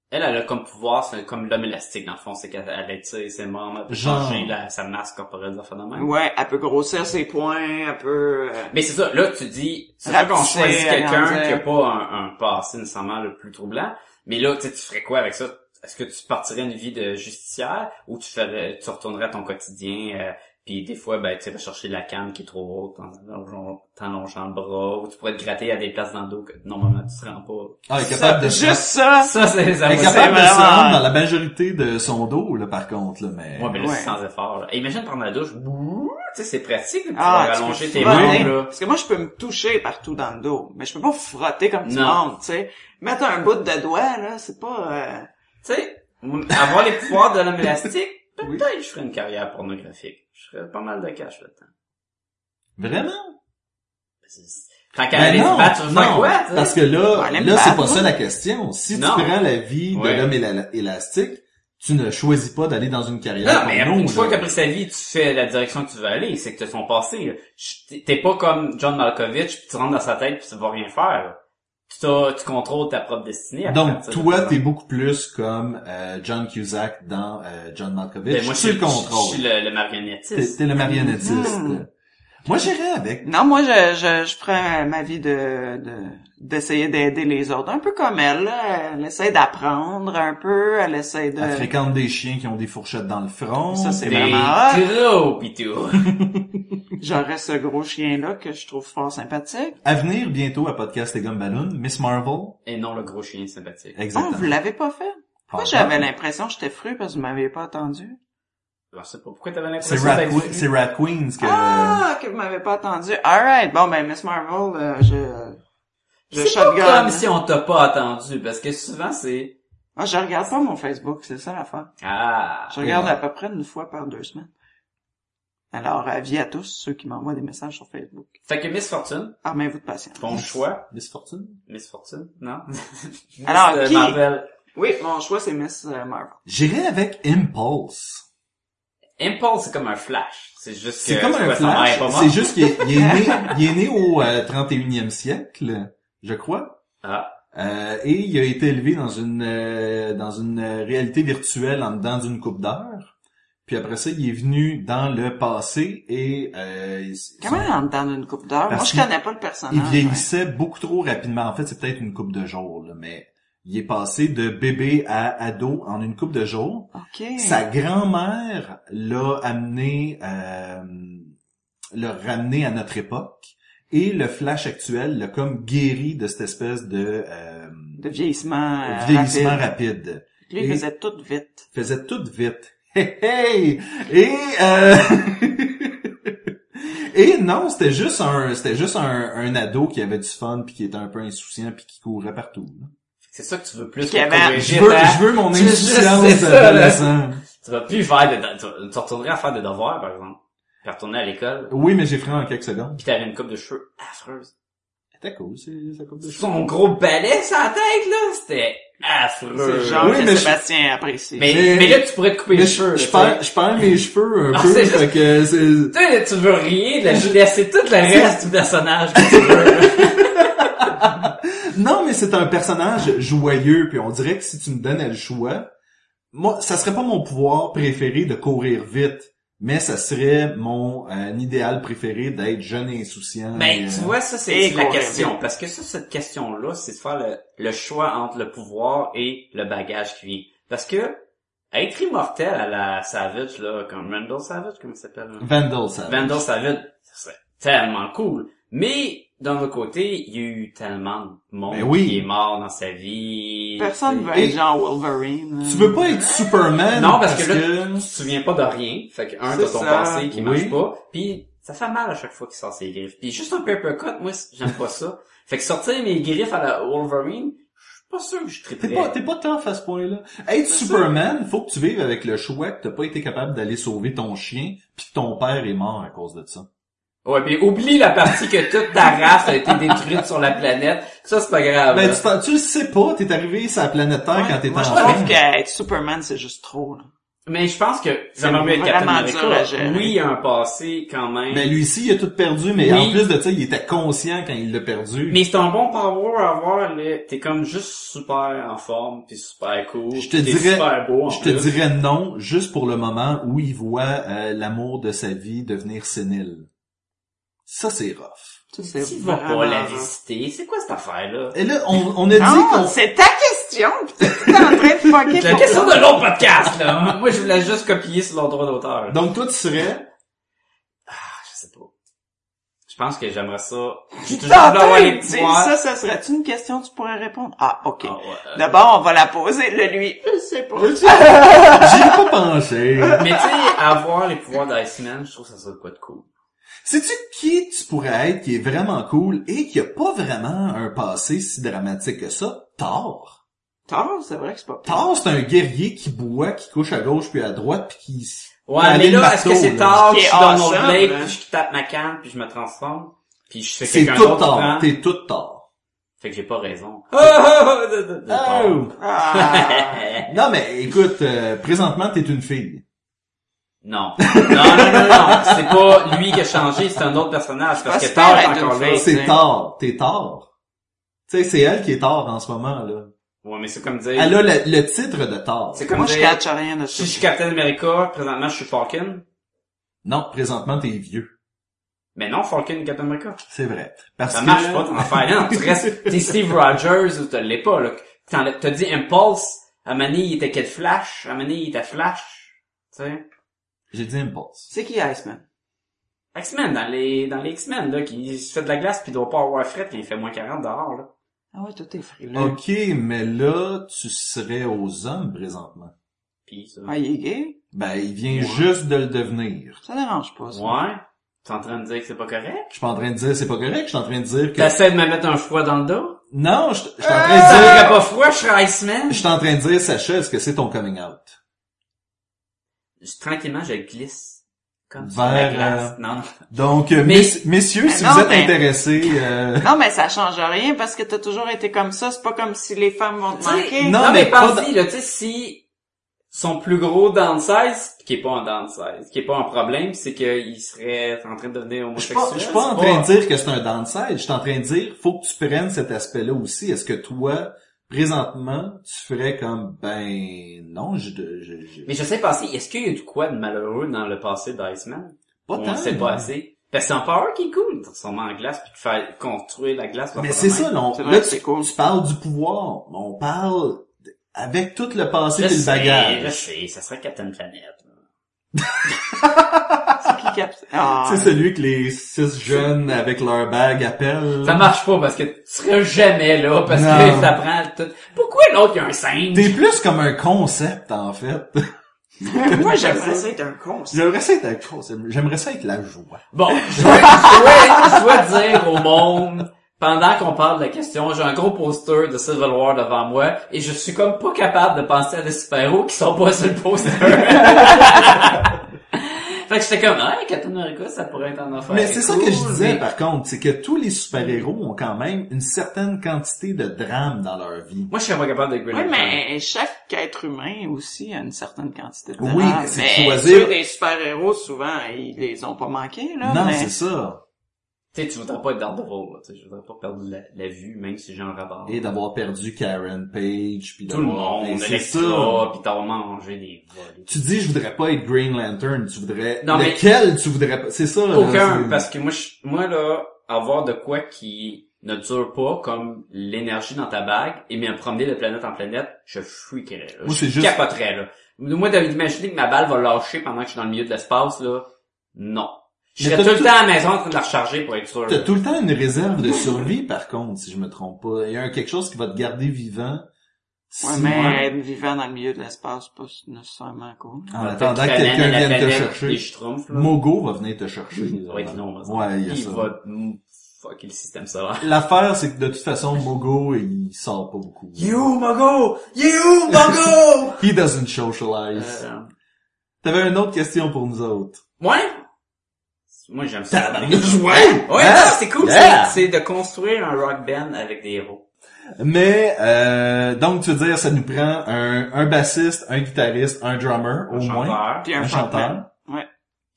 Elle, elle a comme pouvoir, c'est comme l'homme élastique, dans le fond, c'est qu'elle elle étire ses membres, elle peut Genre. changer la- sa masse corporelle de phénomène. Ouais, elle peut grossir ses points, elle peut... euh, Mais c'est ça, là tu dis, c'est vrai qu'on Rapetisser, choisit quelqu'un aller en qui a dire. pas un, un passé nécessairement le plus troublant, mais là tu sais, tu ferais quoi avec ça? Est-ce que tu partirais une vie de justicière ou tu ferais tu retournerais à ton quotidien euh, puis des fois ben tu vas chercher la canne qui est trop haute en allongeant- t'allongeant le bras ou tu pourrais te gratter à des places dans le dos que normalement tu te rends pas. Ah, elle est capable de... Juste ça! Ça c'est ça Elle est va- capable de se vraiment- rendre dans la majorité de son dos, là, par contre, là, mais... Ouais, mais là, Ouais. c'est sans effort. Là. Et imagine prendre la douche, bouh, tu sais, c'est pratique de pouvoir Ah, tu peux allonger tes frotter. membres, là. Parce que moi, je peux me toucher partout dans le dos, mais je peux pas frotter comme tout le Non. monde, tu sais. Mettre un bout de doigt, là, c'est pas... euh, tu sais, avoir les pouvoirs de l'homme élastique, peut-être que je ferais une carrière pornographique. Je ferais pas mal de cash là-dedans. Vraiment? C'est- Tant qu'à Ben aller se non, battre, je non, quoi, tu sais? Parce que là, Allez me là, c'est battre. pas ça la question. Si Non. tu prends la vie de Ouais. l'homme éla- élastique, tu ne choisis pas d'aller dans une carrière. Non, mais porno, une fois Ben là. qu'après sa vie, tu fais la direction que tu veux aller, c'est que t'as son passé. là. Je- t'es- T'es pas comme John Malkovich, puis tu rentres dans sa tête, puis tu vas rien faire. là. Tu, t'as- tu contrôles ta propre destinée. à Donc, partir de toi, présent. t'es beaucoup plus comme euh, John Cusack dans euh, John Malkovich. Ben, moi, je tu le suis Je contrôles. suis le, le T'es marionnettiste. t'es le marionnettiste. Mhm. Moi, j'irais avec. Non, moi, je, je, je prends ma vie de, de d'essayer d'aider les autres. Un peu comme elle, là. Elle essaie d'apprendre un peu, elle essaie de... Elle fréquente des chiens qui ont des fourchettes dans le front. Ça, c'est T'es vraiment hot. gros, pis tout. J'aurais ce gros chien-là que je trouve fort sympathique. À venir bientôt à Podcast et Gumballoon, Miss Marvel. Et non, le gros chien sympathique. Ah, vous Exactement. l'avez pas fait? Moi, j'avais l'impression que j'étais fru parce que vous m'avez pas attendu. Je sais pas pourquoi t'avais C'est l'impression Rat, d'être Queen- fou. c'est Rat Queens que... Ah, que vous m'avez pas attendu. Alright, bon, ben, Miss Marvel, euh, je... Je C'est pas shotgun. comme si on t'a pas attendu, parce que souvent c'est... Ah, je regarde pas mon Facebook, c'est ça l'affaire. Ah! Je regarde ouais. à peu près une fois par deux semaines. Alors, avis à tous ceux qui m'envoient des messages sur Facebook. Fait que Miss Fortune, Armez-vous de patience. ton choix. Miss Fortune? Miss Fortune, non? Miss, Alors, euh, qui? Marvel. Oui, mon choix, c'est Miss euh, Marvel. J'irais avec Impulse. Impulse, c'est comme un flash. C'est juste que... C'est comme tu un vois, sa mère flash. est pas morte. C'est juste qu'il est, il est né, il est né au euh, 31e siècle, je crois. Ah. Euh, et il a été élevé dans une euh, dans une euh, réalité virtuelle en dedans d'une coupe d'heure. Puis après ça, il est venu dans le passé et euh, il, Comment elle rentre dans une coupe d'heure? Moi, Parce je qu'il- connais pas le il personnage. vieillissait beaucoup trop rapidement. En fait, c'est peut-être une coupe de jours, là, mais il est passé de bébé à ado en une coupe de jours. ouais. OK. Sa grand-mère l'a amené, euh, l'a ramené à notre époque. Et le Flash actuel l'a comme guéri de cette espèce de euh, de vieillissement, euh, vieillissement rapide. rapide. Lui, il faisait tout vite. faisait tout vite. Hey, hey! Et euh, et non, c'était juste un c'était juste un, un ado qui avait du fun puis qui était un peu insouciant puis qui courait partout. là. C'est ça que tu veux plus Qu'il y pour avait- corriger Je veux ta- je veux mon Tu- je- c'est insouciance ça, là. adolescent. Tu vas plus faire de, tu- tu retournerais à faire des devoirs, par exemple. Puis à retourner à l'école, Oui, mais j'ai freiné en quelques secondes. pis t'avais une coupe de cheveux affreuse. C'était cool, c'est ça comme ça. Son gros balai sur la tête, là, c'était affreux. C'est genre oui, que mais je- Sébastien apprécie. mais, mais- mais, là, tu pourrais te couper Mais les je, cheveux. je là, tu sais. perds, je perds mes cheveux un Ah, peu, c'est fait que c'est... Tu sais, tu veux rien de la jeunesse, c'est tout le reste du personnage que tu veux. Non, mais c'est un personnage joyeux, puis on dirait que si tu me donnais le choix, moi, ça serait pas mon pouvoir préféré de courir vite, mais ça serait mon euh, idéal préféré d'être jeune et insouciant. Mais et, Ben, tu euh, vois, ça, c'est Et la qu'on question. revient. Parce que ça, cette question-là, c'est de faire le, le choix entre le pouvoir et le bagage qui vient. Parce que, être immortel à la Savage, là, comme Randall Savage, comment il s'appelle? là? Vandal, ça. Vandal Savage, ça serait tellement cool. Mais, d'un autre côté, il y a eu tellement de monde Mais oui. qui est mort dans sa vie. Personne veut Et- être genre Wolverine. euh. Tu veux pas être Superman Non, parce, que, là, tu te souviens pas de rien. Fait que, un, C'est t'as ton ça. passé qui Oui. marche pas. Puis, ça fait mal à chaque fois qu'il sort ses griffes. Puis, juste un paper cut, moi, c- j'aime pas ça. Fait que sortir mes griffes à la Wolverine, je suis pas sûr que je T'es triperais. pas, t'es pas tough à ce point-là. Être eh. C'est Superman, faut que tu vives avec le choix que t'as pas été capable d'aller sauver ton chien, puis que ton père est mort à cause de ça. Ouais, mais oublie la partie que toute ta race a été détruite sur la planète. Ça, c'est pas grave. Ben, là. tu, t'en- tu le sais pas, t'es arrivé sur la planète Terre quand t'étais Moi, je enfant. trouve qu'être Superman, c'est juste trop, là. Mais je pense que j'aimerais mieux être vraiment Captain America. dur à gérer. Oui, il y a un passé quand même. Ben lui ici, il a tout perdu, mais Oui. en plus de ça, il était conscient quand il l'a perdu. mais c'est un bon power à avoir, là. T'es comme juste super en forme, pis super cool. je te pis t'es dirais, super beau, en je te plus. dirais non, juste pour le moment où il voit euh, l'amour de sa vie devenir sénile. Ça c'est rough. C'est Tu vas pas la visiter. C'est quoi cette affaire-là? Et là, on, on a dit Non, qu'on c'est ta question, pis t'es tout en train de fucker La ton- question de l'autre podcast, là. Moi, je voulais juste copier sur leur droit d'auteur. donc toi tu serais Ah, je sais pas. Je pense que j'aimerais ça. J'ai T'es toujours en train voulu avoir les de dire pouvoirs. Ça, ça serait-tu une question que tu pourrais répondre? Ah, ok. Ah, ouais. D'abord, on va la poser, le lui. Je sais pas. J'y ai pas pensé. Mais tu sais, avoir les pouvoirs d'Iceman, je trouve que ça serait quoi de cool. Sais-tu qui tu pourrais être qui est vraiment cool et qui a pas vraiment un passé si dramatique que ça? Thor. Tard, c'est vrai que c'est pas Thor, c'est un guerrier qui boit, qui couche à gauche puis à droite puis qui Ouais, Allez, mais le là, marteau, est-ce que c'est là. tard que Qui je est suis dans mon awesome, blade, hein. puis je tape ma canne, puis je me transforme, puis je fais C'est quelqu'un tout d'autre qui tard. prend? T'es tout tard. Fait que j'ai pas raison. Oh, oh, oh, de- de- de- Oh! Ah, Non, mais écoute, euh, présentement, t'es une fille. Non. Non, non, non, non. C'est pas lui qui a changé, c'est un autre personnage, parce que pense pas Thor est être une encore là. fille. C'est c'est- tard. T'es tard. Tu sais, c'est elle qui est tard en ce moment, là. Ouais, mais c'est comme dire... Elle a le, le titre de tard. C'est comme Moi, je dire, catch rien de si ça. je suis Captain America, présentement je suis Falcon. Non, présentement, t'es vieux. Mais non, Falcon est Captain America. C'est vrai. Parce Ça que... marche pas, ton affaire. Non, tu restes, t'es Steve Rogers ou t'as l'es pas, là. T'enlè- T'as dit Impulse, à Mané, il était quel Flash, à Mané, il était Flash. Tu sais. J'ai dit Impulse. C'est qui Iceman? X-Men, dans les, dans les X-Men, là, qui se fait de la glace pis doit pas avoir fret quand il fait moins 40 dehors, là. Ah ouais, toi, t'es Mm. frileux. Ok, mais là, tu serais aux hommes présentement. Pis ça. Ah, il est gay? Ben, il vient juste de le devenir. Ça dérange pas, ça. Ouais. T'es en train de dire que c'est pas correct? Je suis pas en train de dire c'est pas correct, je suis en train de dire que... T'essaies de me mettre un froid dans le dos? Non, je je suis en Ça train de dire... dirait pas froid, Euh, je serais Iceman? Je suis en train de dire, Sacha, est-ce que c'est ton coming out? Je- Tranquillement, je glisse. Comme sur Vers, la glace. euh, Non. Donc, euh, Mais- mess- messieurs, si Mais non, vous êtes mais- intéressés, euh, Non, mais ça change rien parce que t'as toujours été comme ça. C'est pas comme si les femmes vont te T'sais, manquer. Non, Non, mais, mais pas pense-y, là, tu sais, si son plus gros downsize, qui est pas un downsize, qui est pas un problème, c'est qu'il serait en train de devenir je suis homosexuel. pas, je suis pas en c'est train de dire que c'est un downside. Je suis en train de dire, faut que tu prennes cet aspect-là aussi. Est-ce que toi, présentement, tu ferais comme, ben, non, je, je, je- Mais je sais pas si, est-ce qu'il y a du quoi de malheureux dans le passé d'Iceman? pas On tant, le sait pas mais- assez. Parce que c'est un power qui est cool, de transformer en glace, puis de faire construire la glace. par Mais toi-même. c'est ça, là, on- C'est vrai là, que c'est tu, cool. tu parles du pouvoir. mais On parle de- avec tout le passé Je et le sais, je bagage. sais, ça serait Captain Planet. C'est qui qui a- Ah, C'est celui que les six jeunes avec leur bague appellent. Ça marche pas parce que tu seras jamais là parce Non. que ça prend tout. Pourquoi l'autre il y a un singe? T'es plus comme un concept, en fait. Moi, j'aimerais ça être un con. ça. J'aimerais ça être un concept. J'aimerais ça être la joie. Bon, je dois, je dois- je dois dire au monde, pendant qu'on parle de la question, j'ai un gros poster de Civil War devant moi et je suis comme pas capable de penser à des super-héros qui sont pas sur le poster. fait que j'étais comme, ah, Captain America, ça pourrait être un affaire. Mais c'est ça que je cool, disais, mais- par contre, c'est que tous les super-héros ont quand même une certaine quantité de drame dans leur vie. Moi, je suis pas capable de Green Oui, Lantern. mais chaque être humain aussi a une certaine quantité de talent. Oui, mais c'est de mais choisir. ceux des super-héros, souvent, ils les ont pas manqués, là. non, Ah, mais... c'est ça. Tu sais, tu voudrais pas être Daredevil, là, tu sais, je voudrais pas perdre la, la vue, même si j'ai un rapport. Et d'avoir perdu Karen Page, puis Tout le d'avoir- monde, Et c'est ça. Electra, pis t'as mangé des volets. Tu dis, je voudrais pas être Green Lantern, tu voudrais... Non, mais- Lequel tu voudrais pas... C'est ça, là, Aucun, Euh, c'est- parce que moi, je, moi là, avoir de quoi qui ne dure pas, comme l'énergie dans ta bague, et me promener de planète en planète, je freakerais, là. Moi, c'est je juste- capoterais, là. Moi, d'avoir imaginé que ma balle va lâcher pendant que je suis dans le milieu de l'espace, là, non. Je Mais serais t'as tout le tout- temps à la maison en train de la recharger pour être sûr. T'as là. tout le temps une réserve de survie, par contre, si je me trompe pas. Il y a quelque chose qui va te garder vivant. Ouais, si- mais être vivant dans le milieu de l'espace, c'est pas nécessairement cool. En Ah, Fait attendant je que traînais quelqu'un la vienne te planète des chercher. schtroumpfs, là. Mogo va venir te chercher. Ça va être long, là. Ouais, il y a il ça. va mm, fucker le système solaire. L'affaire, c'est que de toute façon, Mogo, il sort pas beaucoup. Mogo! You, Mogo! He doesn't socialize. euh, T'avais une autre question pour nous autres. ouais? Moi, j'aime ça. ouais! Ouais, Hein? non, c'est cool. Yeah! C'est c'est de construire un rock band avec des héros. Mais, euh, donc, tu veux dire, ça nous prend un, un bassiste, un guitariste, un drummer, Un au moins. chanteur, Puis Un chanteur.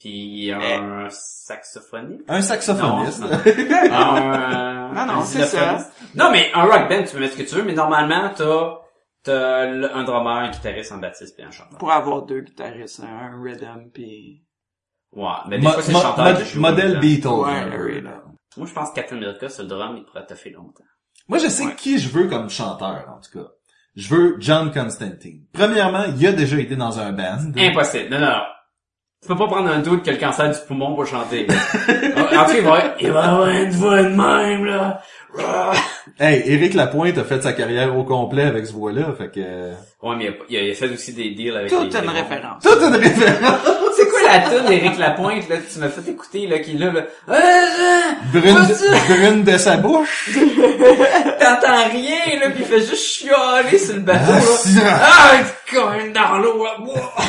puis un saxophoniste. Eh. Un saxophoniste. Non, un, Non, non, un c'est ça. xylophoniste. Non, mais un rock band, tu peux mettre ce que tu veux, mais normalement, t'as t'as le- un drummer, un guitariste, un bassiste puis un chanteur. Pour avoir deux guitaristes, un rhythm puis... Ouais, mais des hein. Mo- fois, c'est le mo- chanteur mod- qui joue. modèle là. Beatles. Ouais, là. le rhythm. Moi, je pense que Captain America, sur le drum, il pourrait te faire longtemps. Moi, je sais Ouais. qui je veux comme chanteur, en tout cas. Je veux John Constantine. Premièrement, il a déjà été dans un band. Impossible. Non, non, non. Tu peux pas prendre un doute que le cancer du poumon pour chanter. là. en tout cas, il va, il va avoir une voix de même, là. Hey, Éric Lapointe a fait sa carrière au complet avec ce voix-là, fait que... euh, Ouais, mais il a- il a, il a fait aussi des deals avec Toute les- une les- référence. Toute une référence! C'est quoi la tune d'Éric Lapointe, là, que tu m'as fait écouter, là, qui est là, là, Ah, ah, Brune, pas ça. brune de sa bouche! t'entends rien, là, pis il fait juste chialer sur le bateau, Ah, là. si, ah. Ah, quand même dans l'eau, là. Wouah.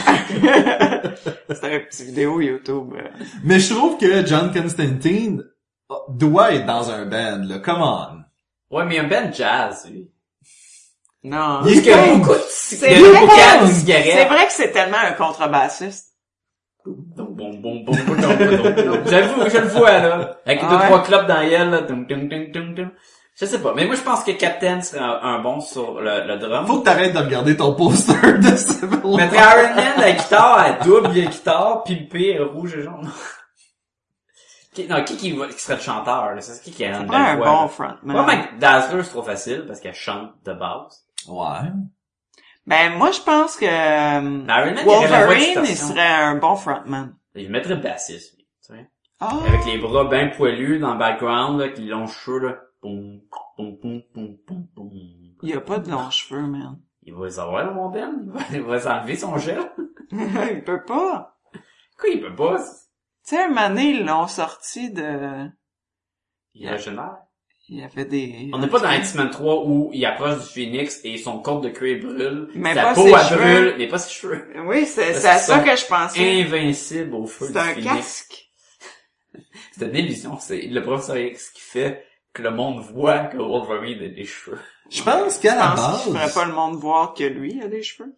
C'était une petite vidéo YouTube. euh. Mais je trouve que John Constantine doit être dans un band, là. Come on! Ouais, mais il y a un band jazz, lui. Non. Il est Parce qu'il y a punk. beaucoup de ci- C'est il y a vrai. beaucoup de C'est cigarettes. vrai que c'est tellement un contrebassiste. Bon, bon, bon, bon, bon, bon, bon. J'avoue, je le vois, là. Avec Ah deux, ouais? trois clopes dans elle, là. Dum, dum, dum, dum, dum. Je sais pas. Mais moi, je pense que Captain serait un, un bon sur le, le drum. Faut que t'arrêtes de regarder ton poster de Civil War. Mettre Iron Man la guitare à double la guitare, puis le pire rouge et jaune. Qui- non, qui, qui, va- qui serait le chanteur, là? C'est qui qui a Ça une prend un belle voix, bon là? frontman. Moi, mec, Dazzler, c'est trop facile, parce qu'elle chante de base. Ouais. Ben, moi, je pense que euh, Ben, Iron Man, il aurait la voix de Wolverine, il distorsion. serait un bon frontman. Et Je mettrais bassiste, lui, tu sais. Ah, Avec les bras bien poilus dans le background, là, qui l'ont chaud, là. Poum, poum, poum, poum, poum, poum. il a pas de longs cheveux, man. Il va les avoir, là, mon Ben. Il va, il va s'enlever son gel. il peut pas. Quoi, il peut pas? Tu sais, un moment donné, ils l'ont sorti de... Il a génère. Il y avait des... On n'est pas dans X-Men 3 où il approche du phoenix et son compte de cuir brûle, Mais sa pas peau ses elle cheveux. brûle, mais pas ses cheveux. Oui, c'est Parce c'est à qu'ils ça sont que je pensais. Invincible au feu C'est du un phoenix. casque. C'est une illusion, c'est le professeur X qui fait que le monde voit que Wolverine a des cheveux. Je pense qu'à Je la pense base... qu'il ferait pas le monde voir que lui a des cheveux.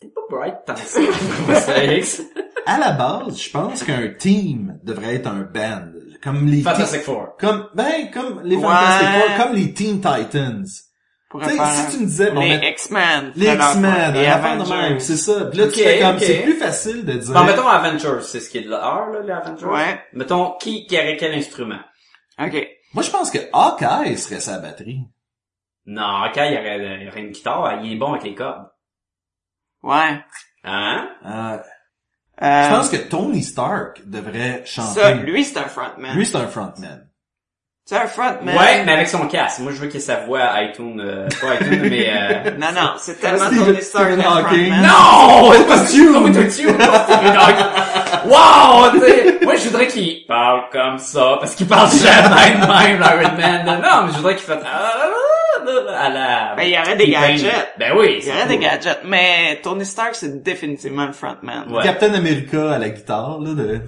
T'es pas bright tant que ça, le professeur X. À la base, je pense qu'un team devrait être un band. Comme les Fantastic te- Four. Comme, ben, comme les Ouais. Fantastic Four, comme les Teen Titans. Pourrait Tu sais, faire si tu me disais, bon, les ben, X-Men. les Alors, X-Men, les un affaire de Avengers. même, c'est ça. Puis là, Ok, tu fais comme, ok. c'est plus facile de dire. Bon, mettons Avengers, c'est ce qui est de l'heure, là, les Avengers. Ouais. Mettons, qui, qui aurait quel instrument? OK. Moi, je pense que Hawkeye serait sa batterie. Non, ok, il y aurait, il y aurait une guitare, il est bon avec les cordes. Ouais. Hein? Euh, Euh, Je pense que Tony Stark devrait chanter. ça, lui, c'est un frontman. Lui, c'est un frontman. c'est un frontman. Ouais, mais avec son casque. Moi, je veux qu'il s'avoue à iTunes, euh, pas iTunes, mais... Euh... Non, non, c'est tellement Stephen- Tony Stark Stephen un Hawking. frontman. Non! C'est pas you! Non, it's you! Wow! t'sais, Moi, je voudrais qu'il parle comme ça, parce qu'il parle jamais de même, l'Iron Man. Non, Non, mais je voudrais qu'il fasse... ah, ah, ah, à la... Ben, il y aurait des gadgets. Ben oui, Il c'est y aurait des cool. gadgets, mais Tony Stark, c'est définitivement un frontman. Ouais. Captain America à la guitare, là, de...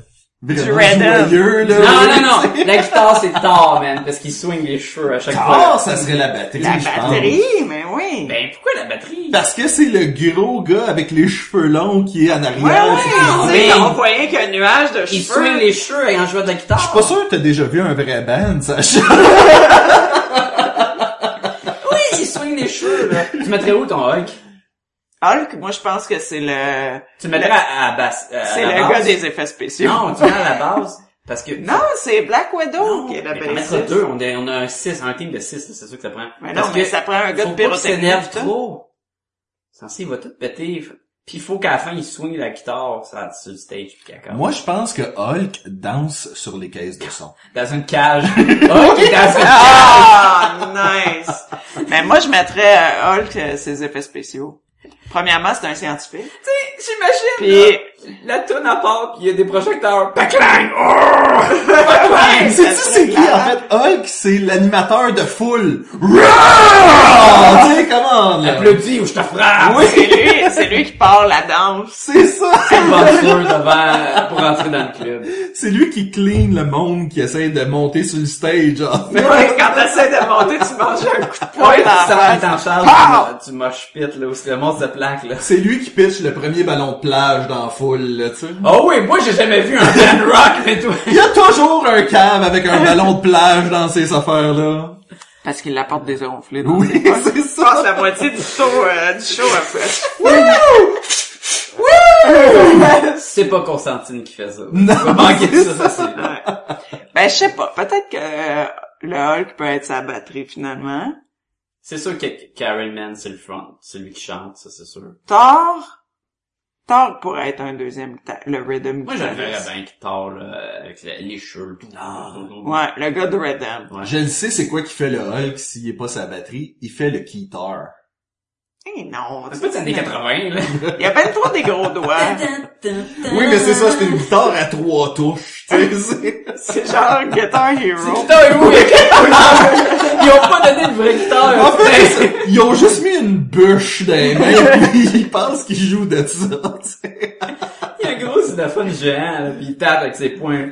Vraiment Redden. joyeux, là. Ah, Non, non, non! La guitare, c'est tard, man, parce qu'il swing les cheveux à chaque Ah, fois. ça serait la batterie, La je pense. batterie, mais oui. Ben, pourquoi la batterie? Parce que c'est le gros gars avec les cheveux longs qui est en ouais, arrière. ouais, Ben on mais- sait, Ben, on voyait qu'un nuage de Il cheveux. swing les cheveux en jouant de la guitare. Je suis pas sûr que t'as déjà vu un vrai band, Sacha. Oui, il swing les cheveux, là. Tu mettrais où ton Hulk? Hulk, moi, je pense que c'est le... Tu mettrais à, à basse... euh, à- à C'est la Euh, le base? gars des effets spéciaux. Non, tu mets à la base, parce que... Non, c'est Black Widow Non, qui est la mais belle t'en mettras deux, on a, on a un 6, un team de 6, c'est sûr que ça prend. Mais non, Parce mais que ça prend un gars faut de pas qu'il s'énerve pyrotechnique. tout. trop. Censé, il va tout péter. f- Puis il faut qu'à la fin, il swing la guitare ça, sur le stage. Puis qu'il accorde. Moi, je pense que Hulk danse sur les caisses de son. Dans une cage. ok, dans une cage. Ah, nice. Mais moi, je mettrais à Hulk euh, ses effets spéciaux. Premièrement, c'est un scientifique. J'imagine, Puis, là, la toune à part, puis il y a des projecteurs. Paclang! Oh! Paclang! C'est tu c'est qui en fait Hulk, c'est l'animateur de foule. Roar! Tu sais comment là. Applaudis ou je te frappe! Ah, c'est lui, c'est lui qui part la danse. C'est ça. Bonjour devant, pour entrer dans le club. C'est lui qui clean le monde qui essaie de monter sur le stage. en fait. Ouais, quand t'essaies de monter, tu manges un coup de poing Ouais, dans ça Ah! va la être face. en charge du, du mosh pit, là, où le monde se plaque, là. C'est lui qui pitch le premier ballon de plage dans la foule, là, tu sais. Oh oui, moi j'ai jamais vu un band rock, mais toi. Il y a toujours un cave avec un ballon de plage dans ces affaires-là. Parce qu'il apporte des ronflés. dans Oui, ses poches. c'est Je pense ça. Ah, la moitié du show, euh, du show après. C'est pas Constantine qui fait ça. Non, Tu vas manquer c'est ça, ça, c'est- Ben, je sais pas. Peut-être que euh, le Hulk peut être sa batterie, finalement. C'est sûr que Karen Man, c'est le front, c'est lui qui chante, ça c'est sûr. Thor, Thor pourrait être un deuxième, guita- le Rhythm Moi je le verrais guitariste. bien tard, là, avec le- les cheveux. Ouais, le gars de Rhythm. Ouais. Je le sais, c'est quoi qui fait le Hulk s'il est pas sa batterie? Il fait le guitar. Eh non, C'est pas des années 80, là. Il y a ben trop des gros doigts. Oui, mais c'est ça, c'est une guitare à trois touches, tu sais. c'est- C'est genre Guitar Hero. Putain, oui! Ils ont pas donné de vraie En guitare, fait, c'est- ils ont juste mis une bûche dans les mains, pis ils pensent qu'ils jouent de ça, tu sais. Il y a un gros xylophone géant, là, pis il tape avec ses poings.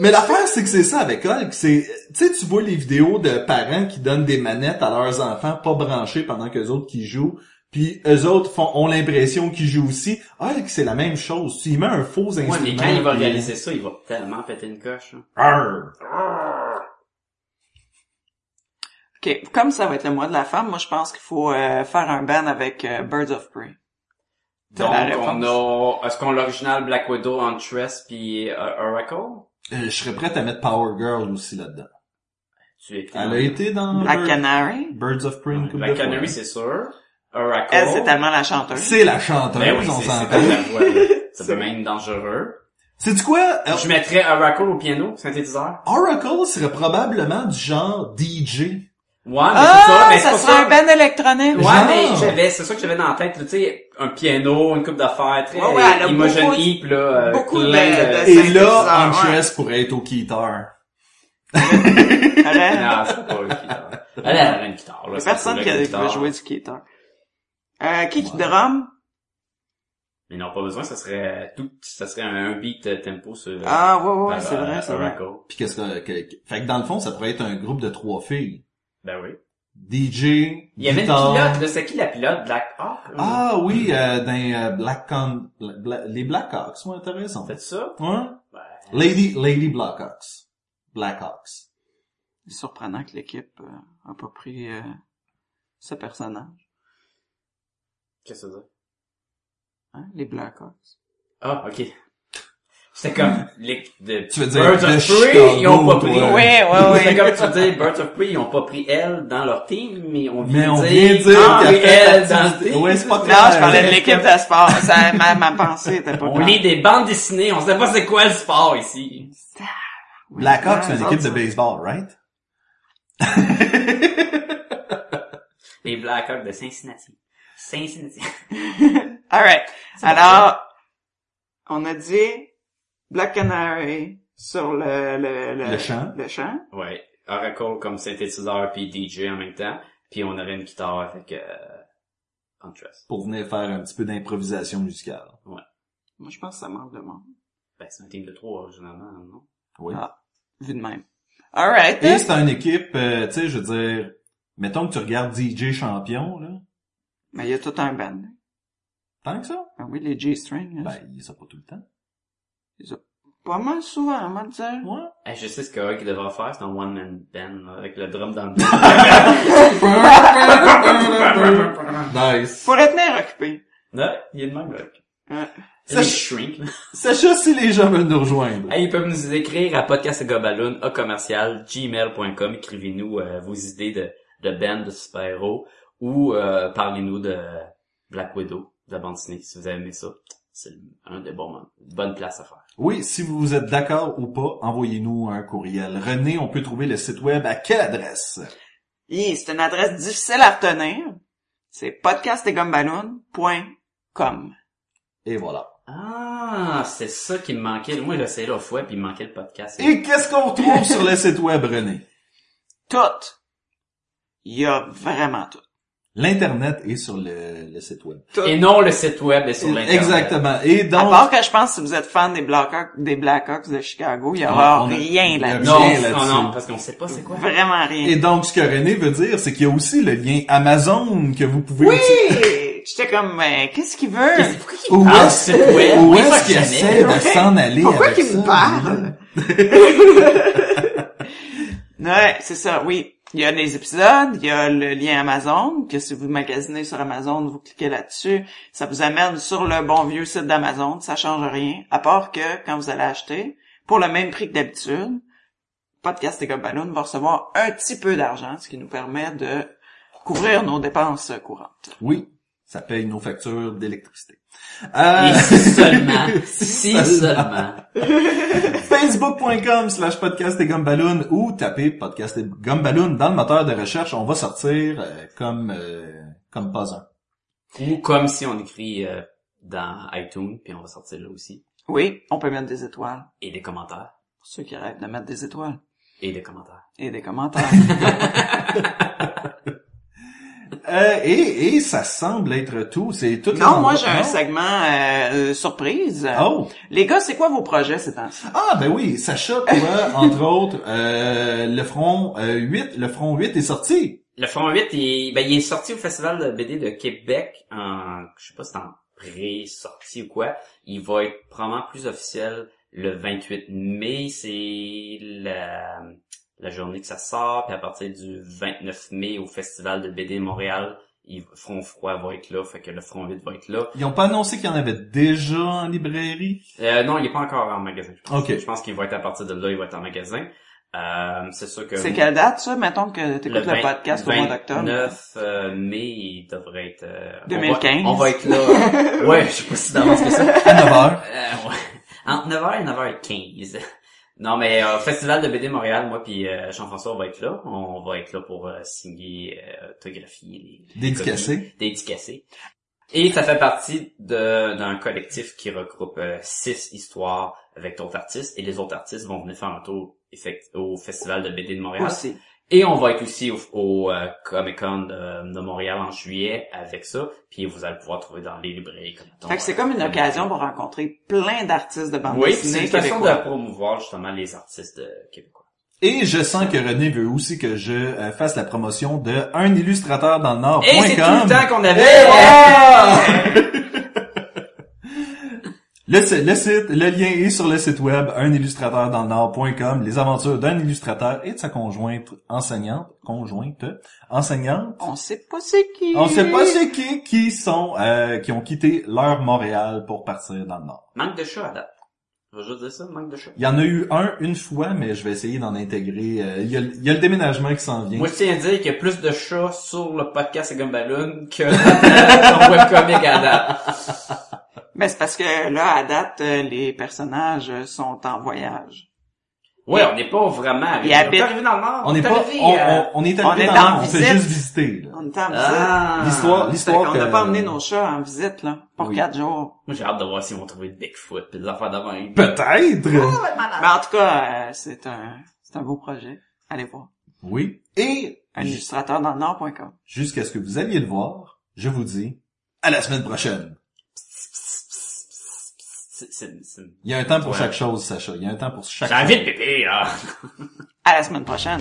Mais l'affaire, c'est que c'est ça avec Hulk, c'est, tu sais, tu vois les vidéos de parents qui donnent des manettes à leurs enfants pas branchés pendant qu'eux autres qui jouent, puis eux autres font, ont l'impression qu'ils jouent aussi. Hulk, c'est la même chose. Tu y mets un faux instrument. Ouais, mais quand il va puis- Euh, réaliser ça, il va tellement péter une coche, hein. là. Arr! Ok, comme ça va être le mois de la femme, moi je pense qu'il faut euh, faire un ban avec euh, Birds of Prey. T'as Donc, la réponse. on a, est-ce qu'on a l'original Black Widow, Huntress pis euh, Oracle? Euh, je serais prête à mettre Power Girl aussi là-dedans. Tu es Elle a été dans Mm-hmm. Black Bird- Canary. Birds of Prey. une couple Black de fois. Canary, c'est sûr. Oracle. Elle, c'est tellement la chanteuse. C'est la chanteuse, Ben oui, on c'est, c'est s'entend. pas la voix, là. Ça peut même être dangereux. C'est du quoi? Euh, Je mettrais Oracle au piano, synthétiseur. Oracle serait probablement du genre DJ. Ouais, mais Ah, c'est ça, mais c'est ça pas serait ça. un ban électronique. Ouais, Genre. mais j'avais, c'est ça que j'avais dans la tête, là, tu sais, un piano, une coupe d'affaires, très Ouais, ouais, elle a Imogen beaucoup- Heap, là, euh, beaucoup plein de- de... de- Et synthétiseur, là, ouais. Huntress pourrait être au guitar. Arrête. Non, c'est pas une guitare. Elle elle a une guitare, là. Y a c'est personne sûr, qui la a- qui guitare. va jouer du guitar. Euh, qui qui drame? Mais non, pas besoin, ça serait tout, ça serait un beat euh, tempo sur... Ah, ouais, ouais, ouais, par, c'est euh, vrai, c'est vrai. Oracle. Puis qu'est-ce que, que- que- Fait que dans le fond, ça pourrait être un groupe de trois filles. Ben oui. DJ, Il y avait une guitare. pilote, là, c'est qui la pilote? Black Hawk? Hum, Ah oui, euh, dans euh, Black Con... Bla- Bla- Les Blackhawks, ouais, t'as raison. C'est ça? Hein? Ben, Lady, Lady Blackhawks. Blackhawks. C'est surprenant que l'équipe euh, a pas pris euh, ce personnage, qu'est-ce que ça veut dire? hein, les Blackhawks. Ah, ok. C'était comme, les, de, Tu veux dire, Birds de of Chicago, Prey, ils ont pas toi. pris. Oui, oui, C'est oui. comme tu dis, Birds of Prey, ils ont pas pris elle dans leur team, mais on Mais vient on dire, vient dire ah, qu'elle mais elle fait dans le partie... team. Ouais, c'est pas Non, clair. je parlais de l'équipe de sport. Ça, ma, ma pensée était pas On claire. lit des bandes dessinées, on sait pas c'est quoi le sport ici. Blackhawks, c'est une Les équipe de autres, baseball, right? Les Blackhawks de Cincinnati. Cincinnati. Alright. Alors, on a dit Black Canary sur le, le, le, Le chant. Le chant. Ouais. Oracle comme synthétiseur puis DJ en même temps. Puis on aurait une guitare avec euh, Huntress. Pour venir faire un petit peu d'improvisation musicale. Moi, je pense que ça manque de monde. Ben c'est un team de trois originalement, non? Oui. Ah. Vu de même. Alright. Et c'est une équipe, euh, tu sais, je veux dire, mettons que tu regardes DJ champion, là. Mais il y a tout un band. Tant que ça? Ah oui, les G-strings. là, Ben, il ça pas tout le temps. c'est Pas mal souvent, on va le dire. Ouais. Eh, je sais ce que qu'il devrait faire, c'est un one man band là, avec le drum dans le Nice. Faut les tenir occupés. Non, il est le même là. Hein. Ça shrink. là. Sacha, si les gens veulent nous rejoindre. Eh, ils peuvent nous écrire à podcastgobaloon à commercial gmail.com. Écrivez-nous euh, vos idées de, de band de super-héros ou euh, parlez-nous de Black Widow, de la bande dessinée, si vous avez aimé ça. C'est un des bons moments, une bonne place à faire. Oui, si vous êtes d'accord ou pas, envoyez-nous un courriel. René, on peut trouver le site web à quelle adresse? Hi, c'est une adresse difficile à retenir. C'est podcastdesgomballoon.com. Et voilà. Ah, c'est ça qui me manquait. Moi, j'essayais l'autre fois, puis il me manquait le podcast. Et qu'est-ce qu'on retrouve sur le site web, René? Tout. Il y a vraiment tout. L'internet est sur le, le site web. Tout. Et non le site web est sur l'internet. Exactement. Et À donc, part que je pense que si vous êtes fan des Blackhawks, des Blackhawks de Chicago, il y Ah, aura on a- rien il y a là-dessus. Non, Bien non, là-dessus. non, parce qu'on sait pas c'est quoi. Vraiment et rien. donc, ce que René veut dire, c'est qu'il y a aussi le lien Amazon que vous pouvez Oui! utiliser. J'étais comme, mais qu'est-ce qu'il veut? Qu'est-ce- Pourquoi qu'il Où parle est-ce, site web? où Ah, Oui, est-ce fuck qu'il jamais. essaie de s'en aller Pourquoi avec qu'il ça, me parle? Ouais, c'est ça, oui. Il y a les épisodes, il y a le lien Amazon, que si vous magasinez sur Amazon, vous cliquez là-dessus, ça vous amène sur le bon vieux site d'Amazon, ça change rien, à part que quand vous allez acheter, pour le même prix que d'habitude, Podcast et Gobaloon va recevoir un petit peu d'argent, ce qui nous permet de couvrir nos dépenses courantes. Oui, ça paye nos factures d'électricité. Euh, Et si seulement, si seulement. seulement. Facebook.com slash podcast et gumballoon ou tapez podcast et gumballoon dans le moteur de recherche. On va sortir euh, comme euh, comme pas un. Ou comme si on écrit euh, dans iTunes, puis on va sortir là aussi. Oui, on peut mettre des étoiles, Et des commentaires. pour ceux qui rêvent de mettre des étoiles, Et des commentaires. et des commentaires. Euh, et, et ça semble être tout. C'est tout. non, moi j'ai un segment euh, euh, surprise. Oh. Les gars, c'est quoi vos projets ces temps-ci? Ah ben oui, Sacha, toi, entre autres, euh, le front euh, 8, le front 8 est sorti. Le Front 8, il, ben, il est sorti au Festival de BD de Québec en, je sais pas si c'est en pré-sortie ou quoi. Il va être probablement plus officiel le 28 mai. C'est la, la journée que ça sort. Puis à partir du 29 mai au Festival de BD de Montréal, il, Front Froid va être là. Fait que le Front 8 va être là. Ils ont pas annoncé qu'il y en avait déjà en librairie. Euh, non, il est pas encore en magasin. Je pense, Ok. je pense qu'il va être à partir de là, il va être en magasin. Euh, c'est sûr que C'est quelle date ça? Mettons que le, t'écoutes le, 20 podcast au mois d'octobre. 29 euh, mai, il devrait être... euh, on va- 2015. On va, être là. ouais, je sais pas si d'avance que ça. À 9h. Euh, ouais. Entre 9h et 9h15. Non, mais euh, Festival de BD Montréal, moi puis euh, Jean-François, on va être là. On va être là pour euh, signer, euh, autographier les- les... Dédicacé. copies, Dédicacé. Et ça fait partie de- d'un collectif qui regroupe euh, six histoires avec d'autres artistes. Et les autres artistes vont venir faire un tour effect- au Festival de BD de Montréal. Aussi. Et on va être aussi au, au, euh, Comic Con de, de Montréal en juillet avec ça. Puis vous allez pouvoir trouver dans les librairies. Comme mettons, Fait que c'est euh, comme une occasion pour rencontrer plein d'artistes de bande oui, puis c'est dessinée une façon de québécois. promouvoir justement les artistes euh, québécois. Et je sens que René veut aussi que je euh, fasse la promotion de un illustrateur dans le nord.com. Et c'est tout le temps qu'on Eh, avait. Le, si- le site, le lien est sur le site web unillustrateurdanslenord.com, les aventures d'un illustrateur et de sa conjointe enseignante, conjointe enseignante. On sait pas c'est qui. On sait pas c'est qui qui sont euh, qui ont quitté leur Montréal pour partir dans le nord. Manque de chat à date. Je vais juste dire ça, manque de chat. Il y en a eu un une fois, mais je vais essayer d'en intégrer. euh, il, y a, le- il y a le déménagement qui s'en vient. Moi, je tiens à dire qu'il y a plus de chats sur le podcast à Gumballoon que dans webcomic à date. Mais c'est parce que là, à date, euh, les personnages euh, sont en voyage. Ouais, on n'est pas vraiment... Il on habite- est arrivé dans le Nord. on n'est pas, arrivé, on, euh, on, on est on arrivé dans, est en on fait visite. juste visiter. là. On est en visite. Ah. L'histoire, l'histoire. on n'a que- pas emmené nos chats en visite, là, pour Oui. quatre jours. Moi, j'ai hâte de voir s'ils vont trouver Bigfoot pis des affaires de même. Peut-être. Mais en tout cas, euh, c'est un, c'est un beau projet. Allez voir. Oui. Ah, Et Un illustrateur dans le nord.com. jusqu'à ce que vous alliez le voir, je vous dis à la semaine prochaine. C'est- c'est- c'est- Il y a un temps pour Ouais. chaque chose, Sacha. Il y a un temps pour chaque. J'ai envie de bébé, là. À la semaine prochaine.